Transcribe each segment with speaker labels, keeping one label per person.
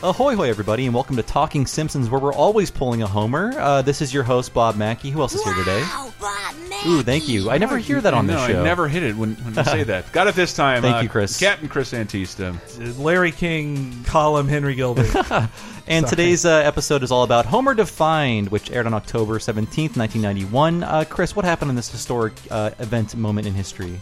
Speaker 1: Ahoy, hoy, everybody, and welcome to Talking Simpsons, where we're always pulling a Homer. Uh, this is your host, Bob Mackey. Who else is here today?
Speaker 2: Wow, Bob Mackey.
Speaker 1: Ooh, thank you. I never hear that on
Speaker 3: no,
Speaker 1: this show.
Speaker 3: I never hit it when, when I say that. Got it this time.
Speaker 1: Thank
Speaker 3: uh,
Speaker 1: you, Chris.
Speaker 3: Captain Chris Antista.
Speaker 4: Larry King column Henry Gilbert.
Speaker 1: And today's uh, episode is all about Homer Defined, which aired on October 17th, 1991. Uh, Chris, what happened in this historic uh, event moment in history?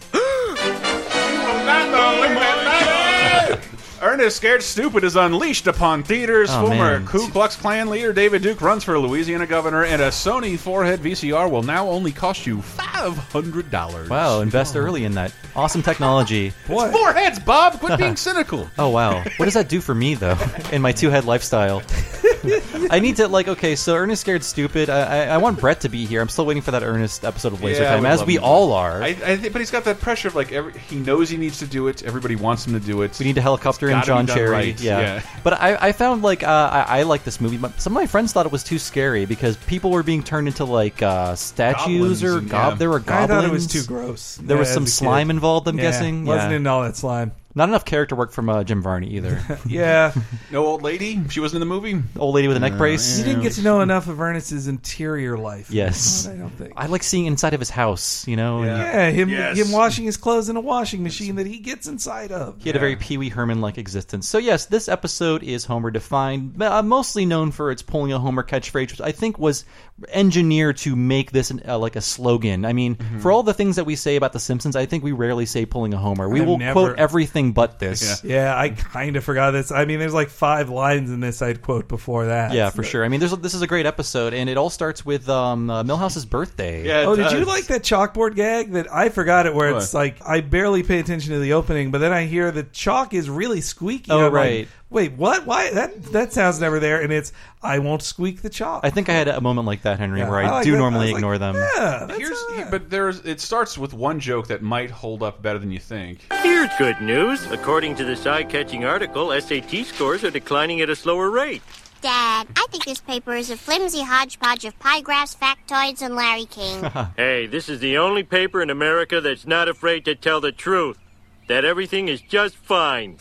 Speaker 3: Ernest Scared Stupid is unleashed upon theaters.
Speaker 1: Oh,
Speaker 3: Former
Speaker 1: man.
Speaker 3: Ku Klux Klan leader David Duke runs for Louisiana governor, and a Sony forehead VCR will now only cost you $500.
Speaker 1: Wow, invest Oh, early in that. Awesome technology.
Speaker 3: It's foreheads, Bob. Quit being cynical.
Speaker 1: Oh wow. What does that do for me though? In my two head lifestyle. I need to like okay, so Ernest scared stupid. I, I, I want Brett to be here. I'm still waiting for that Ernest episode of Laser
Speaker 3: Yeah, I
Speaker 1: Time,
Speaker 3: would
Speaker 1: as
Speaker 3: love
Speaker 1: we
Speaker 3: him.
Speaker 1: all are.
Speaker 3: I, I think, but he's got that pressure of like every, he knows he needs to do it. Everybody wants him to do it.
Speaker 1: we need a helicopter and
Speaker 3: It's
Speaker 1: John
Speaker 3: gotta be done
Speaker 1: Cherry.
Speaker 3: right,
Speaker 1: Yeah.
Speaker 3: yeah.
Speaker 1: But I, I found like uh, I, I like this movie. But some of my friends thought it was too scary because people were being turned into like uh, statues
Speaker 3: Goblins
Speaker 1: or
Speaker 3: and-
Speaker 1: gob.
Speaker 3: yeah.
Speaker 1: There were
Speaker 4: I
Speaker 1: goblins.
Speaker 4: thought it was too gross.
Speaker 1: There was
Speaker 4: as
Speaker 1: some
Speaker 4: a kid.
Speaker 1: slime involved. I'm
Speaker 4: Yeah,
Speaker 1: guessing.
Speaker 4: Wasn't
Speaker 1: Yeah.
Speaker 4: in all that slime.
Speaker 1: Not enough character work from uh, Jim Varney either.
Speaker 4: Yeah,
Speaker 3: no old lady. She wasn't in the movie.
Speaker 1: Old lady with a neck brace.
Speaker 4: you didn't get to know enough of Ernest's interior life.
Speaker 1: Yes.
Speaker 4: I don't think.
Speaker 1: I like seeing inside of his house. You know. And,
Speaker 4: yeah, him
Speaker 3: Yes.
Speaker 4: him washing his clothes in a washing machine that he gets inside of.
Speaker 1: He had a very Pee Wee Herman like existence. So, yes, this episode is Homer Defined, uh, mostly known for its pulling a Homer catchphrase, which I think was engineered to make this an, uh, like a slogan. I mean, for all the things that we say about The Simpsons, I think we rarely say pulling a Homer. We
Speaker 4: I
Speaker 1: will
Speaker 4: never-
Speaker 1: quote everything but this. Yeah.
Speaker 4: Yeah, I kind of forgot this. I mean, there's like five lines in this I'd quote before that.
Speaker 1: for sure. I mean, there's, this is a great episode, and it all starts with um, uh, Milhouse's birthday.
Speaker 3: Yeah.
Speaker 4: Oh,
Speaker 3: it
Speaker 4: did you
Speaker 3: does.
Speaker 4: like that chalkboard gag that I forgot it? Where it's
Speaker 3: What?
Speaker 4: like I barely pay attention to the opening, but then I hear the chalk is really squeaky.
Speaker 1: Oh,
Speaker 4: I'm like,
Speaker 1: right.
Speaker 4: Wait, what? Why that that sounds never there? And it's I won't squeak the chalk.
Speaker 1: I think I had a moment like that, Henry,
Speaker 4: Yeah,
Speaker 1: where I,
Speaker 4: like
Speaker 1: do
Speaker 4: that.
Speaker 1: normally
Speaker 4: I was like,
Speaker 1: ignore them.
Speaker 4: Yeah, that's
Speaker 3: Here's,
Speaker 4: all right.
Speaker 3: but there's it starts with one joke that might hold up better than you think.
Speaker 5: Here's good news. According to this eye catching article, SAT scores are declining at a slower rate.
Speaker 2: Dad, I think this paper is a flimsy hodgepodge of pie graphs, factoids, and Larry King.
Speaker 5: Hey, this is the only paper in America that's not afraid to tell the truth that everything is just fine.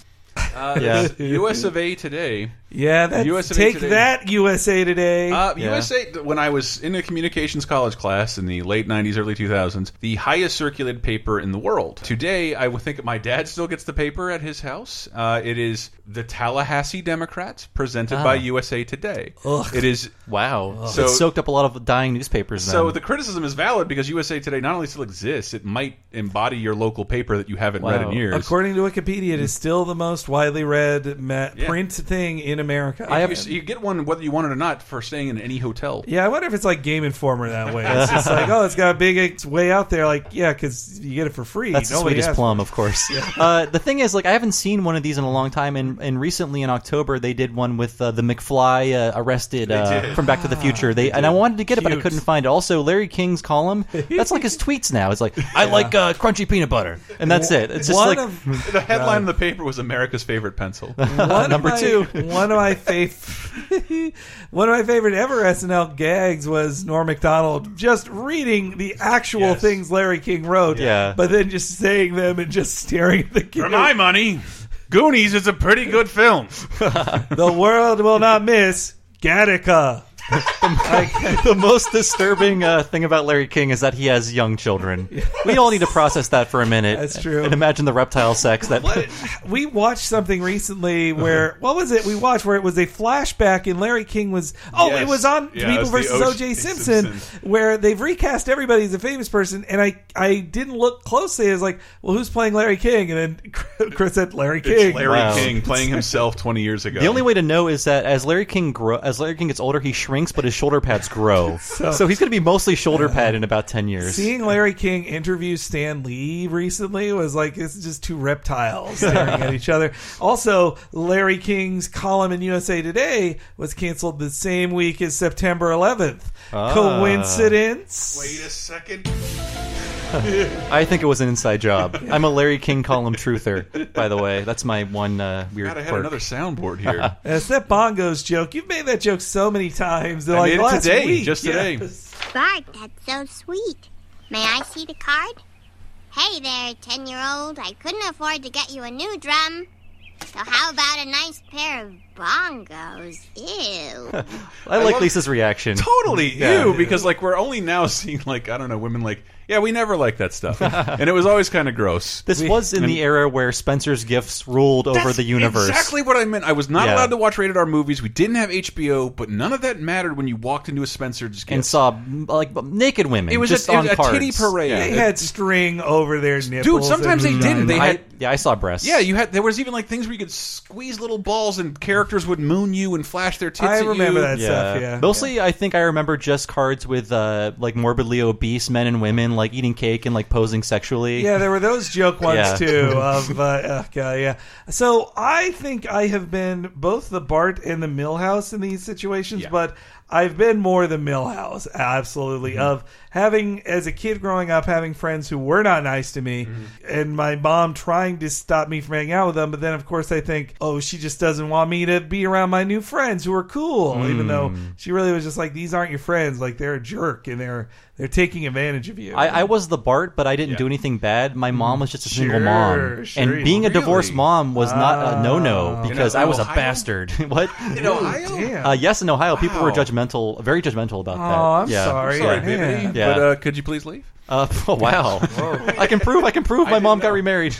Speaker 1: yeah.
Speaker 3: U.S. of A. Today.
Speaker 4: yeah, that's,
Speaker 3: USA
Speaker 4: take
Speaker 3: Today.
Speaker 4: that USA Today.
Speaker 3: Uh,
Speaker 1: Yeah.
Speaker 3: USA. When I was in a communications college class in the late '90s, early 2000s, the highest circulated paper in the world. Today, I would think my dad still gets the paper at his house. Uh, it is the Tallahassee Democrat, presented
Speaker 1: Ah.
Speaker 3: by USA Today. It is
Speaker 1: Wow.
Speaker 3: So-
Speaker 1: it soaked up a lot of dying newspapers then.
Speaker 3: So the criticism is valid because USA Today not only still exists, it might embody your local paper that you haven't read
Speaker 1: Wow.
Speaker 3: in years.
Speaker 4: According to Wikipedia, it is still the most widely read ma-
Speaker 3: Yeah.
Speaker 4: print thing in America.
Speaker 3: you, s- you get one whether you want it or not for staying in any hotel.
Speaker 4: Yeah, I wonder if it's like Game Informer that way. It's just like, oh, it's got a big, it's way out there. Like, yeah, because you get it for free.
Speaker 1: That's the
Speaker 4: Nobody
Speaker 1: sweetest
Speaker 4: asked.
Speaker 1: plum, of course. uh, the thing is, like, I haven't seen one of these in a long time, and, and recently in October they did one with uh, the McFly uh, arrested uh,
Speaker 3: did.
Speaker 1: from Back to the Future. They, and I wanted to get it, but I
Speaker 4: Cute.
Speaker 1: couldn't find it. Also, Larry King's column that's like his tweets now. It's like I like uh, crunchy peanut butter, and that's it. It's just
Speaker 4: one
Speaker 1: like
Speaker 4: of
Speaker 3: The headline in the paper was America's favorite pencil.
Speaker 4: one
Speaker 1: Number
Speaker 4: of my,
Speaker 1: two.
Speaker 4: One of my fav- one of my favorite ever SNL gags was Norm Macdonald just reading the actual
Speaker 3: Yes.
Speaker 4: things Larry King wrote,
Speaker 1: Yeah.
Speaker 4: but then just saying them and just staring at the
Speaker 3: for
Speaker 4: camera.
Speaker 3: my money, Goonies is a pretty good film.
Speaker 4: the world will not miss Gattaca. Like,
Speaker 1: the most disturbing uh, thing about Larry King is that he has young children. We all need to process that for a minute.
Speaker 4: That's true.
Speaker 1: And imagine the reptile sex that.
Speaker 4: we watched something recently where what was it we watched where it was a flashback and Larry King was oh
Speaker 3: Yes.
Speaker 4: it was on
Speaker 3: Yeah, it was
Speaker 4: People
Speaker 3: the
Speaker 4: versus
Speaker 3: O.J.
Speaker 4: O.J. Simpson,
Speaker 3: Simpson.
Speaker 4: where they've recast everybody as a famous person and I I didn't look closely I was like well who's playing Larry King and then Chris said Larry King
Speaker 3: It's Larry
Speaker 1: Wow.
Speaker 3: King playing himself 20 years ago.
Speaker 1: The only way to know is that as Larry King grow, as Larry King gets older, he shrinks, but his shoulder pads grow. so, he's going to be mostly shoulder pad in about ten years.
Speaker 4: Seeing Larry King interview Stan Lee recently was like this is just two reptiles staring at each other. Also, Larry King's column in USA Today was canceled the same week as September 11th.
Speaker 3: Ah.
Speaker 4: Coincidence?
Speaker 3: Wait a second.
Speaker 1: I think it was an inside job. I'm a Larry King column truther, by the way. That's my one uh, weird.
Speaker 3: God, I had
Speaker 1: quirk.
Speaker 3: another soundboard here.
Speaker 4: That's that Uh, bongos joke. You've made that joke so many times. They're
Speaker 3: I
Speaker 4: like
Speaker 3: made it
Speaker 4: last
Speaker 3: today,
Speaker 4: week.
Speaker 3: just today.
Speaker 2: Bart, that's so sweet. May I see the card? Hey there, 10 year old. I couldn't afford to get you a new drum. So how about a nice pair of Bongos. Ew.
Speaker 1: I like
Speaker 3: love-
Speaker 1: Lisa's reaction.
Speaker 3: Totally ew,
Speaker 1: Yeah.
Speaker 3: because like we're only now seeing like I don't know women like yeah we never liked that stuff, and it was always kind of gross.
Speaker 1: This was in the era where Spencer's gifts ruled over
Speaker 3: That's
Speaker 1: the universe.
Speaker 3: Exactly what I meant. I was not
Speaker 1: Yeah.
Speaker 3: allowed to watch rated R movies. We didn't have HBO, but none of that mattered when you walked into a Spencer's gift.
Speaker 1: And saw m- like b- naked women.
Speaker 3: it was
Speaker 1: just
Speaker 3: a, it
Speaker 1: on
Speaker 3: was a
Speaker 1: cards.
Speaker 3: titty parade.
Speaker 1: Yeah.
Speaker 4: They had string over their nipples.
Speaker 3: sometimes
Speaker 4: and
Speaker 3: they didn't. They
Speaker 4: vagina.
Speaker 1: Mm, I,
Speaker 3: had-
Speaker 1: yeah, I saw breasts.
Speaker 3: Yeah, you had there was even like things where you could squeeze little balls and characters would moon you and flash their tits.
Speaker 4: I
Speaker 3: at
Speaker 4: remember
Speaker 3: you.
Speaker 4: that stuff. Yeah,
Speaker 1: Mostly, I think I remember just cards with uh, like morbidly obese men and women like eating cake and like posing sexually.
Speaker 4: Yeah, there were those joke ones
Speaker 1: Yeah.
Speaker 4: too. Of uh, uh, God, yeah. So I think I have been both the Bart and the Millhouse in these situations,
Speaker 3: Yeah.
Speaker 4: but I've been more the Millhouse, absolutely.
Speaker 1: Mm-hmm.
Speaker 4: Of having as a kid growing up, having friends who were not nice to me,
Speaker 1: Mm-hmm.
Speaker 4: and my mom trying to stop me from hanging out with them. But then, of course, I think, oh, she just doesn't want me to be around my new friends who are cool, even though
Speaker 1: Mm.
Speaker 4: she really was just like, these aren't your friends. Like they're a jerk and they're they're taking advantage of you.
Speaker 1: I, I was the Bart, but I didn't
Speaker 3: Yeah.
Speaker 1: do anything bad.
Speaker 4: Mm.
Speaker 1: My mom was just a single
Speaker 4: Sure,
Speaker 1: mom,
Speaker 4: sure
Speaker 1: and
Speaker 4: you-
Speaker 1: being a
Speaker 3: really?
Speaker 1: divorced mom was
Speaker 4: Ah.
Speaker 1: not a no-no because
Speaker 3: In
Speaker 1: I was a
Speaker 3: Ohio?
Speaker 1: bastard. what?
Speaker 3: In Ohio?
Speaker 4: Oh, Damn.
Speaker 1: Uh, yes, in Ohio, people were
Speaker 3: Wow.
Speaker 1: judgmental, very judgmental about that.
Speaker 4: Oh, I'm
Speaker 1: yeah.
Speaker 4: sorry.
Speaker 3: Sorry,
Speaker 4: Yeah.
Speaker 3: baby,
Speaker 1: Yeah.
Speaker 3: but uh, could you please leave?
Speaker 1: Uh, oh, wow. I can prove. I can prove. My
Speaker 3: didn't
Speaker 1: mom got
Speaker 3: know.
Speaker 1: remarried.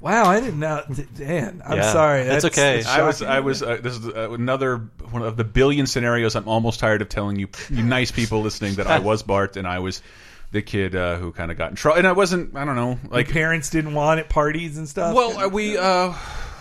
Speaker 4: Wow, I didn't know. D- Dan, I'm
Speaker 1: Yeah.
Speaker 4: sorry.
Speaker 1: That's okay.
Speaker 3: I was, I was. Uh, this is uh, another one of the billion scenarios. I'm almost tired of telling you, you nice people listening, that I was Bart and I was the kid uh, who kind of got in trouble. And I wasn't. I don't know. Like,
Speaker 4: parents didn't want at parties and stuff.
Speaker 3: well, uh, we, uh,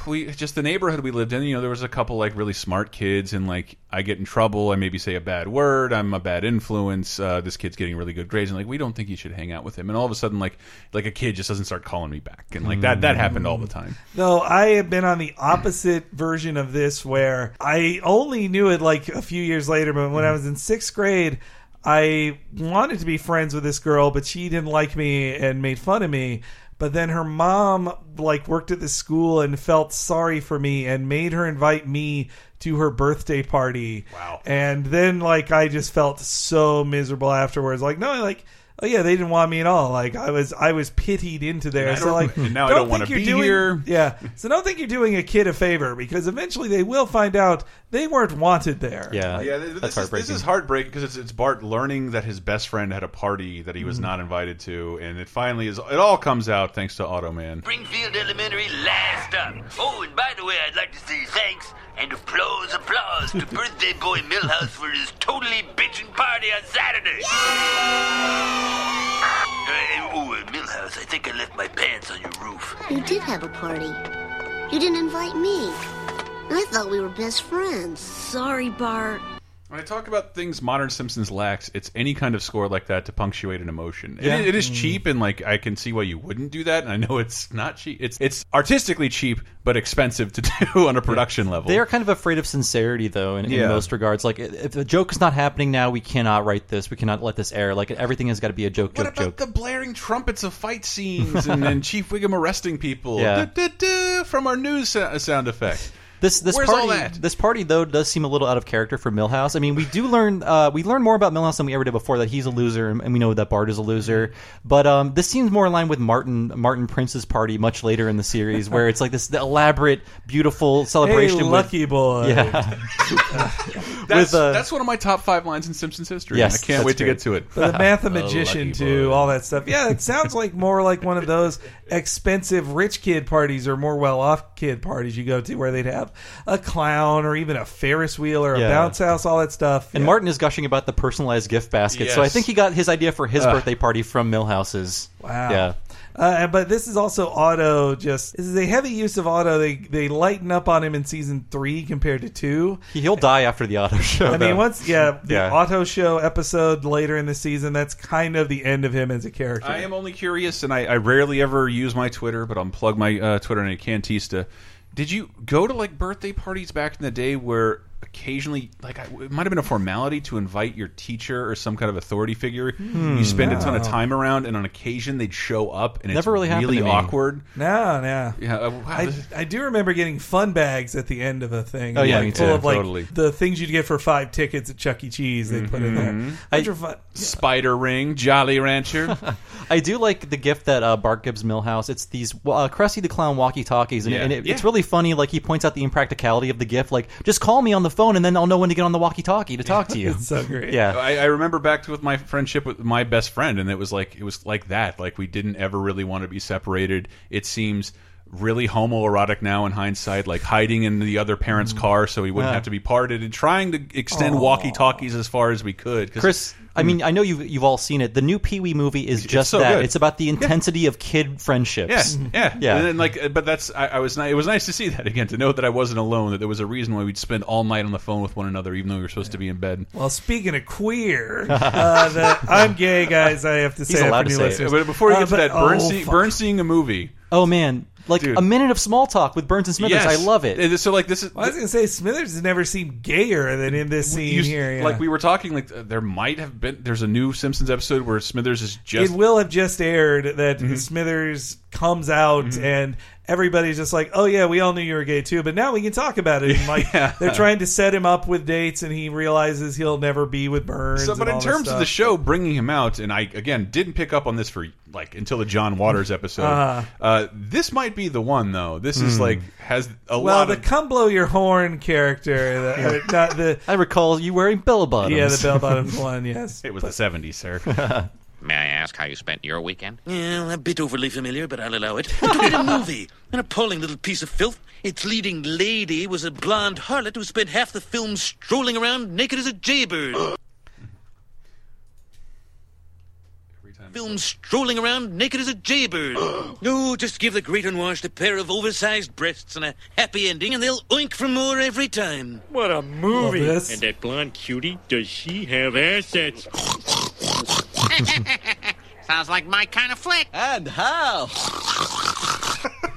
Speaker 3: we just the neighborhood we lived in. You know, there was a couple like really smart kids, and like I get in trouble. I maybe say a bad word. I'm a bad influence. Uh, this kid's getting really good grades, and like we don't think you should hang out with him. And all of a sudden, like, like a kid just doesn't start calling me back, and like that that happened all the time.
Speaker 4: Though I have been on the opposite version of this, where I only knew it like a few years later. But when I was in sixth grade, I wanted to be friends with this girl, but she didn't like me and made fun of me. But then her mom like worked at the school and felt sorry for me and made her invite me to her birthday party.
Speaker 3: Wow.
Speaker 4: And then like I just felt so miserable afterwards. Like no, like oh yeah, they didn't want me at all. Like I was I was pitied into there.
Speaker 3: I
Speaker 4: so
Speaker 3: don't-
Speaker 4: like
Speaker 3: and now I don't
Speaker 4: think
Speaker 3: wanna
Speaker 4: you're
Speaker 3: be
Speaker 4: doing-
Speaker 3: here.
Speaker 4: Yeah. So don't think you're doing a kid a favor because eventually they will find out they weren't wanted there.
Speaker 1: Yeah,
Speaker 3: Yeah, th-
Speaker 1: that's
Speaker 3: this is,
Speaker 1: heartbreaking.
Speaker 3: this is heartbreaking because it's, it's Bart learning that his best friend had a party that he was not invited to, and it finally is. It all comes out thanks to Automan.
Speaker 6: Springfield Elementary last up. Oh, and by the way, I'd like to say thanks and applause, applause to birthday boy Millhouse for his totally bitchin' party on Saturday. Uh, oh, uh, Millhouse, I think I left my pants on your roof.
Speaker 2: You did have a party. You didn't invite me. I thought we were best friends. Sorry, Bart.
Speaker 3: When I talk about things modern Simpsons lacks, it's any kind of score like that to punctuate an emotion. It- it is cheap, and like I can see why you wouldn't do that. And I know it's not cheap. It's it's artistically cheap, but expensive to do on a production level.
Speaker 1: They are kind of afraid of sincerity, though, in,
Speaker 3: Yeah.
Speaker 1: in most regards. Like, if the joke is not happening now, we cannot write this. We cannot let this air. Like, everything has got to be a joke,
Speaker 3: What
Speaker 1: joke,
Speaker 3: about
Speaker 1: joke.
Speaker 3: the blaring trumpets of fight scenes and, and Chief Wiggum arresting people?
Speaker 1: Yeah.
Speaker 3: Du-du-du, from our news so- sound effect.
Speaker 1: This this
Speaker 3: Where's all
Speaker 1: party
Speaker 3: that?
Speaker 1: this party though does seem a little out of character for Millhouse. I mean, we do learn uh, we learn more about Millhouse than we ever did before that he's a loser and and we know that Bart is a loser. But um, this seems more in line with Martin Martin Prince's party much later in the series where it's like this elaborate, beautiful
Speaker 4: Hey,
Speaker 1: celebration.
Speaker 4: lucky boy.
Speaker 1: With, yeah.
Speaker 3: That's,
Speaker 1: with, uh,
Speaker 3: that's one of my top five lines in Simpsons history.
Speaker 1: Yes,
Speaker 3: I
Speaker 1: that's
Speaker 3: can't
Speaker 1: great.
Speaker 3: wait to get to it.
Speaker 4: The
Speaker 1: Oh,
Speaker 4: mathematician
Speaker 3: lucky
Speaker 4: too,
Speaker 3: boy.
Speaker 4: all that stuff. Yeah, it sounds like more like one of those expensive rich kid parties or more well off kid parties you go to where they'd have a clown or even a Ferris wheel or a
Speaker 1: Yeah.
Speaker 4: bounce house, all that stuff.
Speaker 1: And
Speaker 4: Yeah.
Speaker 1: Martin is gushing about the personalized gift basket, so I
Speaker 3: Yes.
Speaker 1: think he got his idea for his birthday party from Millhouse's.
Speaker 4: Wow.
Speaker 1: Yeah.
Speaker 4: Uh, but this is also auto. Just this is a heavy use of auto. They they lighten up on him in season three compared to two.
Speaker 1: He- He'll die after the auto show.
Speaker 4: I
Speaker 1: though.
Speaker 4: mean, once yeah, the
Speaker 1: Yeah.
Speaker 4: auto show episode later in the season, that's kind of the end of him as a character.
Speaker 3: I am only curious, and I, I rarely ever use my Twitter, but I'll plug my uh, Twitter and I can Tista. Did you go to like birthday parties back in the day where occasionally like I, it might have been a formality to invite your teacher or some kind of authority figure
Speaker 1: Hmm,
Speaker 3: you spend a ton of time around and on occasion they'd show up and it's
Speaker 1: Never really happened
Speaker 3: really
Speaker 1: to me.
Speaker 3: awkward
Speaker 4: No, no.
Speaker 3: yeah uh, wow,
Speaker 4: I,
Speaker 3: this-
Speaker 4: I do remember getting fun bags at the end of a thing.
Speaker 1: Oh, yeah,
Speaker 4: like,
Speaker 1: me
Speaker 4: full
Speaker 1: too.
Speaker 4: of like
Speaker 3: Totally.
Speaker 4: the things you'd get for five tickets at Chuck E. Cheese. They put in
Speaker 1: Mm-hmm.
Speaker 4: there. Which are fun.
Speaker 3: spider ring jolly rancher
Speaker 1: I do like the gift that uh, Bart gives Millhouse. It's these uh, Krusty the Clown walkie talkies, and,
Speaker 3: Yeah.
Speaker 1: and it, it's
Speaker 3: Yeah.
Speaker 1: really funny. Like he points out the impracticality of the gift. Like just call me on the phone, and then I'll know when to get on the walkie talkie to talk to you.
Speaker 4: It's so great.
Speaker 1: yeah,
Speaker 3: I, I remember back to with my friendship with my best friend, and it was like it was like that. Like we didn't ever really want to be separated. It seems really homoerotic now in hindsight, like hiding in the other parent's car so we wouldn't
Speaker 1: Mm. Yeah.
Speaker 3: have to be parted, and trying to extend walkie talkies as far as we could. 'cause-
Speaker 1: Chris. I mean, I know you've you've all seen it. The new Pee Wee movie is just
Speaker 3: mm. so
Speaker 1: that.
Speaker 3: good.
Speaker 1: It's about the intensity of kid friendships.
Speaker 3: Yes, yeah,
Speaker 1: Yeah.
Speaker 3: And then, like, uh, but that's I, I was. ni- It was nice to see that again. To know that I wasn't alone. That there was a reason why we'd spend all night on the phone with one another, even though we were supposed to be in bed.
Speaker 4: Well, speaking of queer, uh, the, I'm gay, guys. I have to say, that
Speaker 1: allowed to
Speaker 4: for new
Speaker 1: say it.
Speaker 4: listeners.
Speaker 3: But before we
Speaker 4: Uh,
Speaker 3: get to
Speaker 4: but-
Speaker 3: that, Burn,
Speaker 4: oh,
Speaker 3: see,
Speaker 4: fuck.
Speaker 3: Burn seeing a movie.
Speaker 1: Oh man, like
Speaker 3: Dude.
Speaker 1: a minute of small talk with Burns and Smithers. I love it.
Speaker 3: And So like this is
Speaker 4: I was gonna say Smithers has never seemed gayer than in this scene
Speaker 3: you-
Speaker 4: here. yeah.
Speaker 3: Like we were talking, like uh, there might have been. There's a new Simpsons episode where Smithers is
Speaker 4: it
Speaker 3: just.
Speaker 4: will have just aired that
Speaker 3: Mm-hmm.
Speaker 4: Smithers comes out and everybody's just like, "Oh yeah, we all knew you were gay too," but now we can talk about it. And, like they're trying to set him up with dates, and he realizes he'll never be with Burns.
Speaker 3: So, but
Speaker 4: and
Speaker 3: in
Speaker 4: all this
Speaker 3: terms of
Speaker 4: stuff.
Speaker 3: the show bringing him out, and I again didn't pick up on this for like until the John Waters episode. Uh, this might be the one though. This is like has a
Speaker 4: Hmm. well,
Speaker 3: lot
Speaker 4: the
Speaker 3: of.
Speaker 4: come blow your horn character, the, uh, not the
Speaker 1: I recall you wearing bell bottoms.
Speaker 4: yeah, the bell bottoms one, yes.
Speaker 3: It was the '70s, sir.
Speaker 7: May I ask how you spent your weekend?
Speaker 8: Yeah, a bit overly familiar, but I'll allow it. I did a movie, an appalling little piece of filth. Its leading lady was a blonde harlot who spent half the film strolling around naked as a jaybird. Film strolling around naked as a jaybird. No, just give the great unwashed a pair of oversized breasts and a happy ending, and they'll oink for more every time.
Speaker 5: What a movie!
Speaker 4: Love this.
Speaker 5: And that blonde cutie, does she have assets?
Speaker 7: Sounds like my kind of flick.
Speaker 8: And how?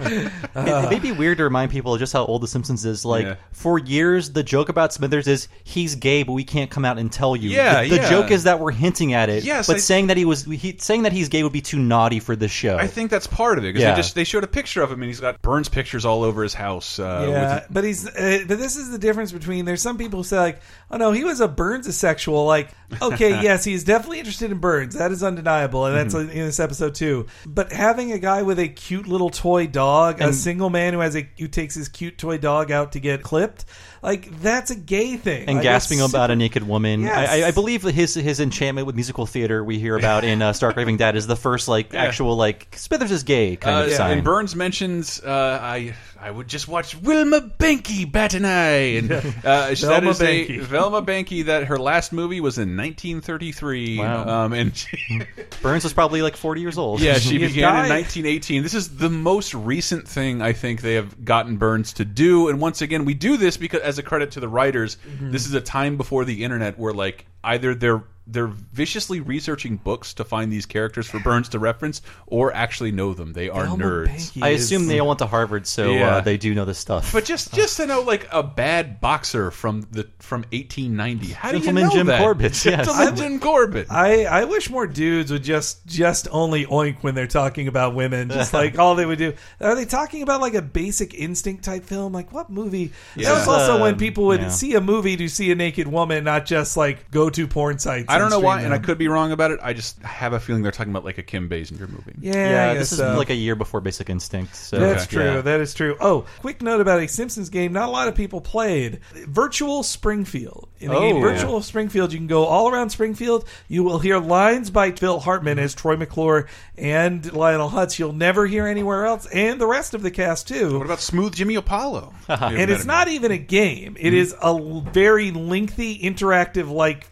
Speaker 1: It, it may be weird to remind people just how old The Simpsons is. Like
Speaker 3: Yeah.
Speaker 1: for years, the joke about Smithers is he's gay, but we can't come out and tell you.
Speaker 3: Yeah,
Speaker 1: the, the
Speaker 3: yeah.
Speaker 1: joke is that we're hinting at it.
Speaker 3: Yes,
Speaker 1: but
Speaker 3: I-
Speaker 1: saying that he was he, saying that he's gay would be too naughty for this show.
Speaker 3: I think that's part of it because
Speaker 1: Yeah.
Speaker 3: they just they showed a picture of him and he's got Burns pictures all over his house. Uh,
Speaker 4: Yeah,
Speaker 3: with-
Speaker 4: but he's uh, but this is the difference between there's some people who say like, oh no, he was a Burns sexual. Like, okay, yes, he's definitely interested in Burns. That is undeniable, and that's in this episode too. But having a guy with a cute little toy dog, a single man who has a who takes his cute toy dog out to get clipped, like that's a gay thing.
Speaker 1: and
Speaker 4: Like,
Speaker 1: gasping
Speaker 4: it's
Speaker 1: about a naked woman. I, I, I
Speaker 4: Yes.
Speaker 1: believe that his his enchantment with musical theater we hear about in uh, Stark Raving Dad is the first like actual like Smithers is gay kind
Speaker 3: Uh,
Speaker 1: of sign.
Speaker 3: And Burns mentions, uh, I I would just watch Wilma Benke bat an eye. And, uh, she- that
Speaker 4: Velma
Speaker 3: is a-
Speaker 4: Benke.
Speaker 3: Velma Benke, that her last movie was in 1933.
Speaker 1: Wow.
Speaker 3: Um, and she,
Speaker 1: Burns was probably like forty years old.
Speaker 3: yeah, she
Speaker 4: You
Speaker 3: began in
Speaker 4: die.
Speaker 3: 1918. This is the most recent thing I think they have gotten Burns to do. And once again, we do this because, as a credit to the writers,
Speaker 1: Mm-hmm.
Speaker 3: this is a time before the internet where like either they're they're viciously researching books to find these characters for Burns to reference, or actually know them. They are
Speaker 4: Elmer
Speaker 3: nerds.
Speaker 4: Banky
Speaker 1: I
Speaker 4: is-
Speaker 1: assume they all went to Harvard, so
Speaker 3: Yeah.
Speaker 1: uh, they do know this stuff.
Speaker 3: But just just to know, like a bad boxer from the from 1890. How do you
Speaker 1: Gentleman
Speaker 3: know
Speaker 1: Jim
Speaker 3: that?
Speaker 1: Corbett, yes.
Speaker 3: Gentleman Jim Corbett.
Speaker 4: I, I wish more dudes would just just only oink when they're talking about women. Just like all they would do. Are they talking about like a basic instinct type film? Like what movie? That was
Speaker 3: Yeah.
Speaker 4: also when
Speaker 1: Um,
Speaker 4: people would
Speaker 1: yeah.
Speaker 4: see a movie to see a naked woman, not just like go to porn sites.
Speaker 3: I don't know
Speaker 4: stream
Speaker 3: why, and I
Speaker 4: them.
Speaker 3: could be wrong about it. I just have a feeling they're talking about like a Kim Basinger movie.
Speaker 4: Yeah,
Speaker 1: yeah,
Speaker 4: I
Speaker 1: this
Speaker 4: guess
Speaker 1: is
Speaker 4: so.
Speaker 1: like a year before Basic Instinct. So
Speaker 4: That's
Speaker 3: Okay.
Speaker 4: true.
Speaker 3: Yeah.
Speaker 4: That is true. Oh, quick note about a Simpsons game. Not a lot of people played Virtual Springfield. In the
Speaker 1: Oh.
Speaker 4: game Virtual Springfield, you can go all around Springfield. You will hear lines by Phil Hartman as Troy McClure and Lionel Hutz. You'll never hear anywhere else, and the rest of the cast
Speaker 3: What
Speaker 4: too.
Speaker 3: about Smooth Jimmy Apollo?
Speaker 4: And it's not even a game. It is a l- very lengthy, interactive, like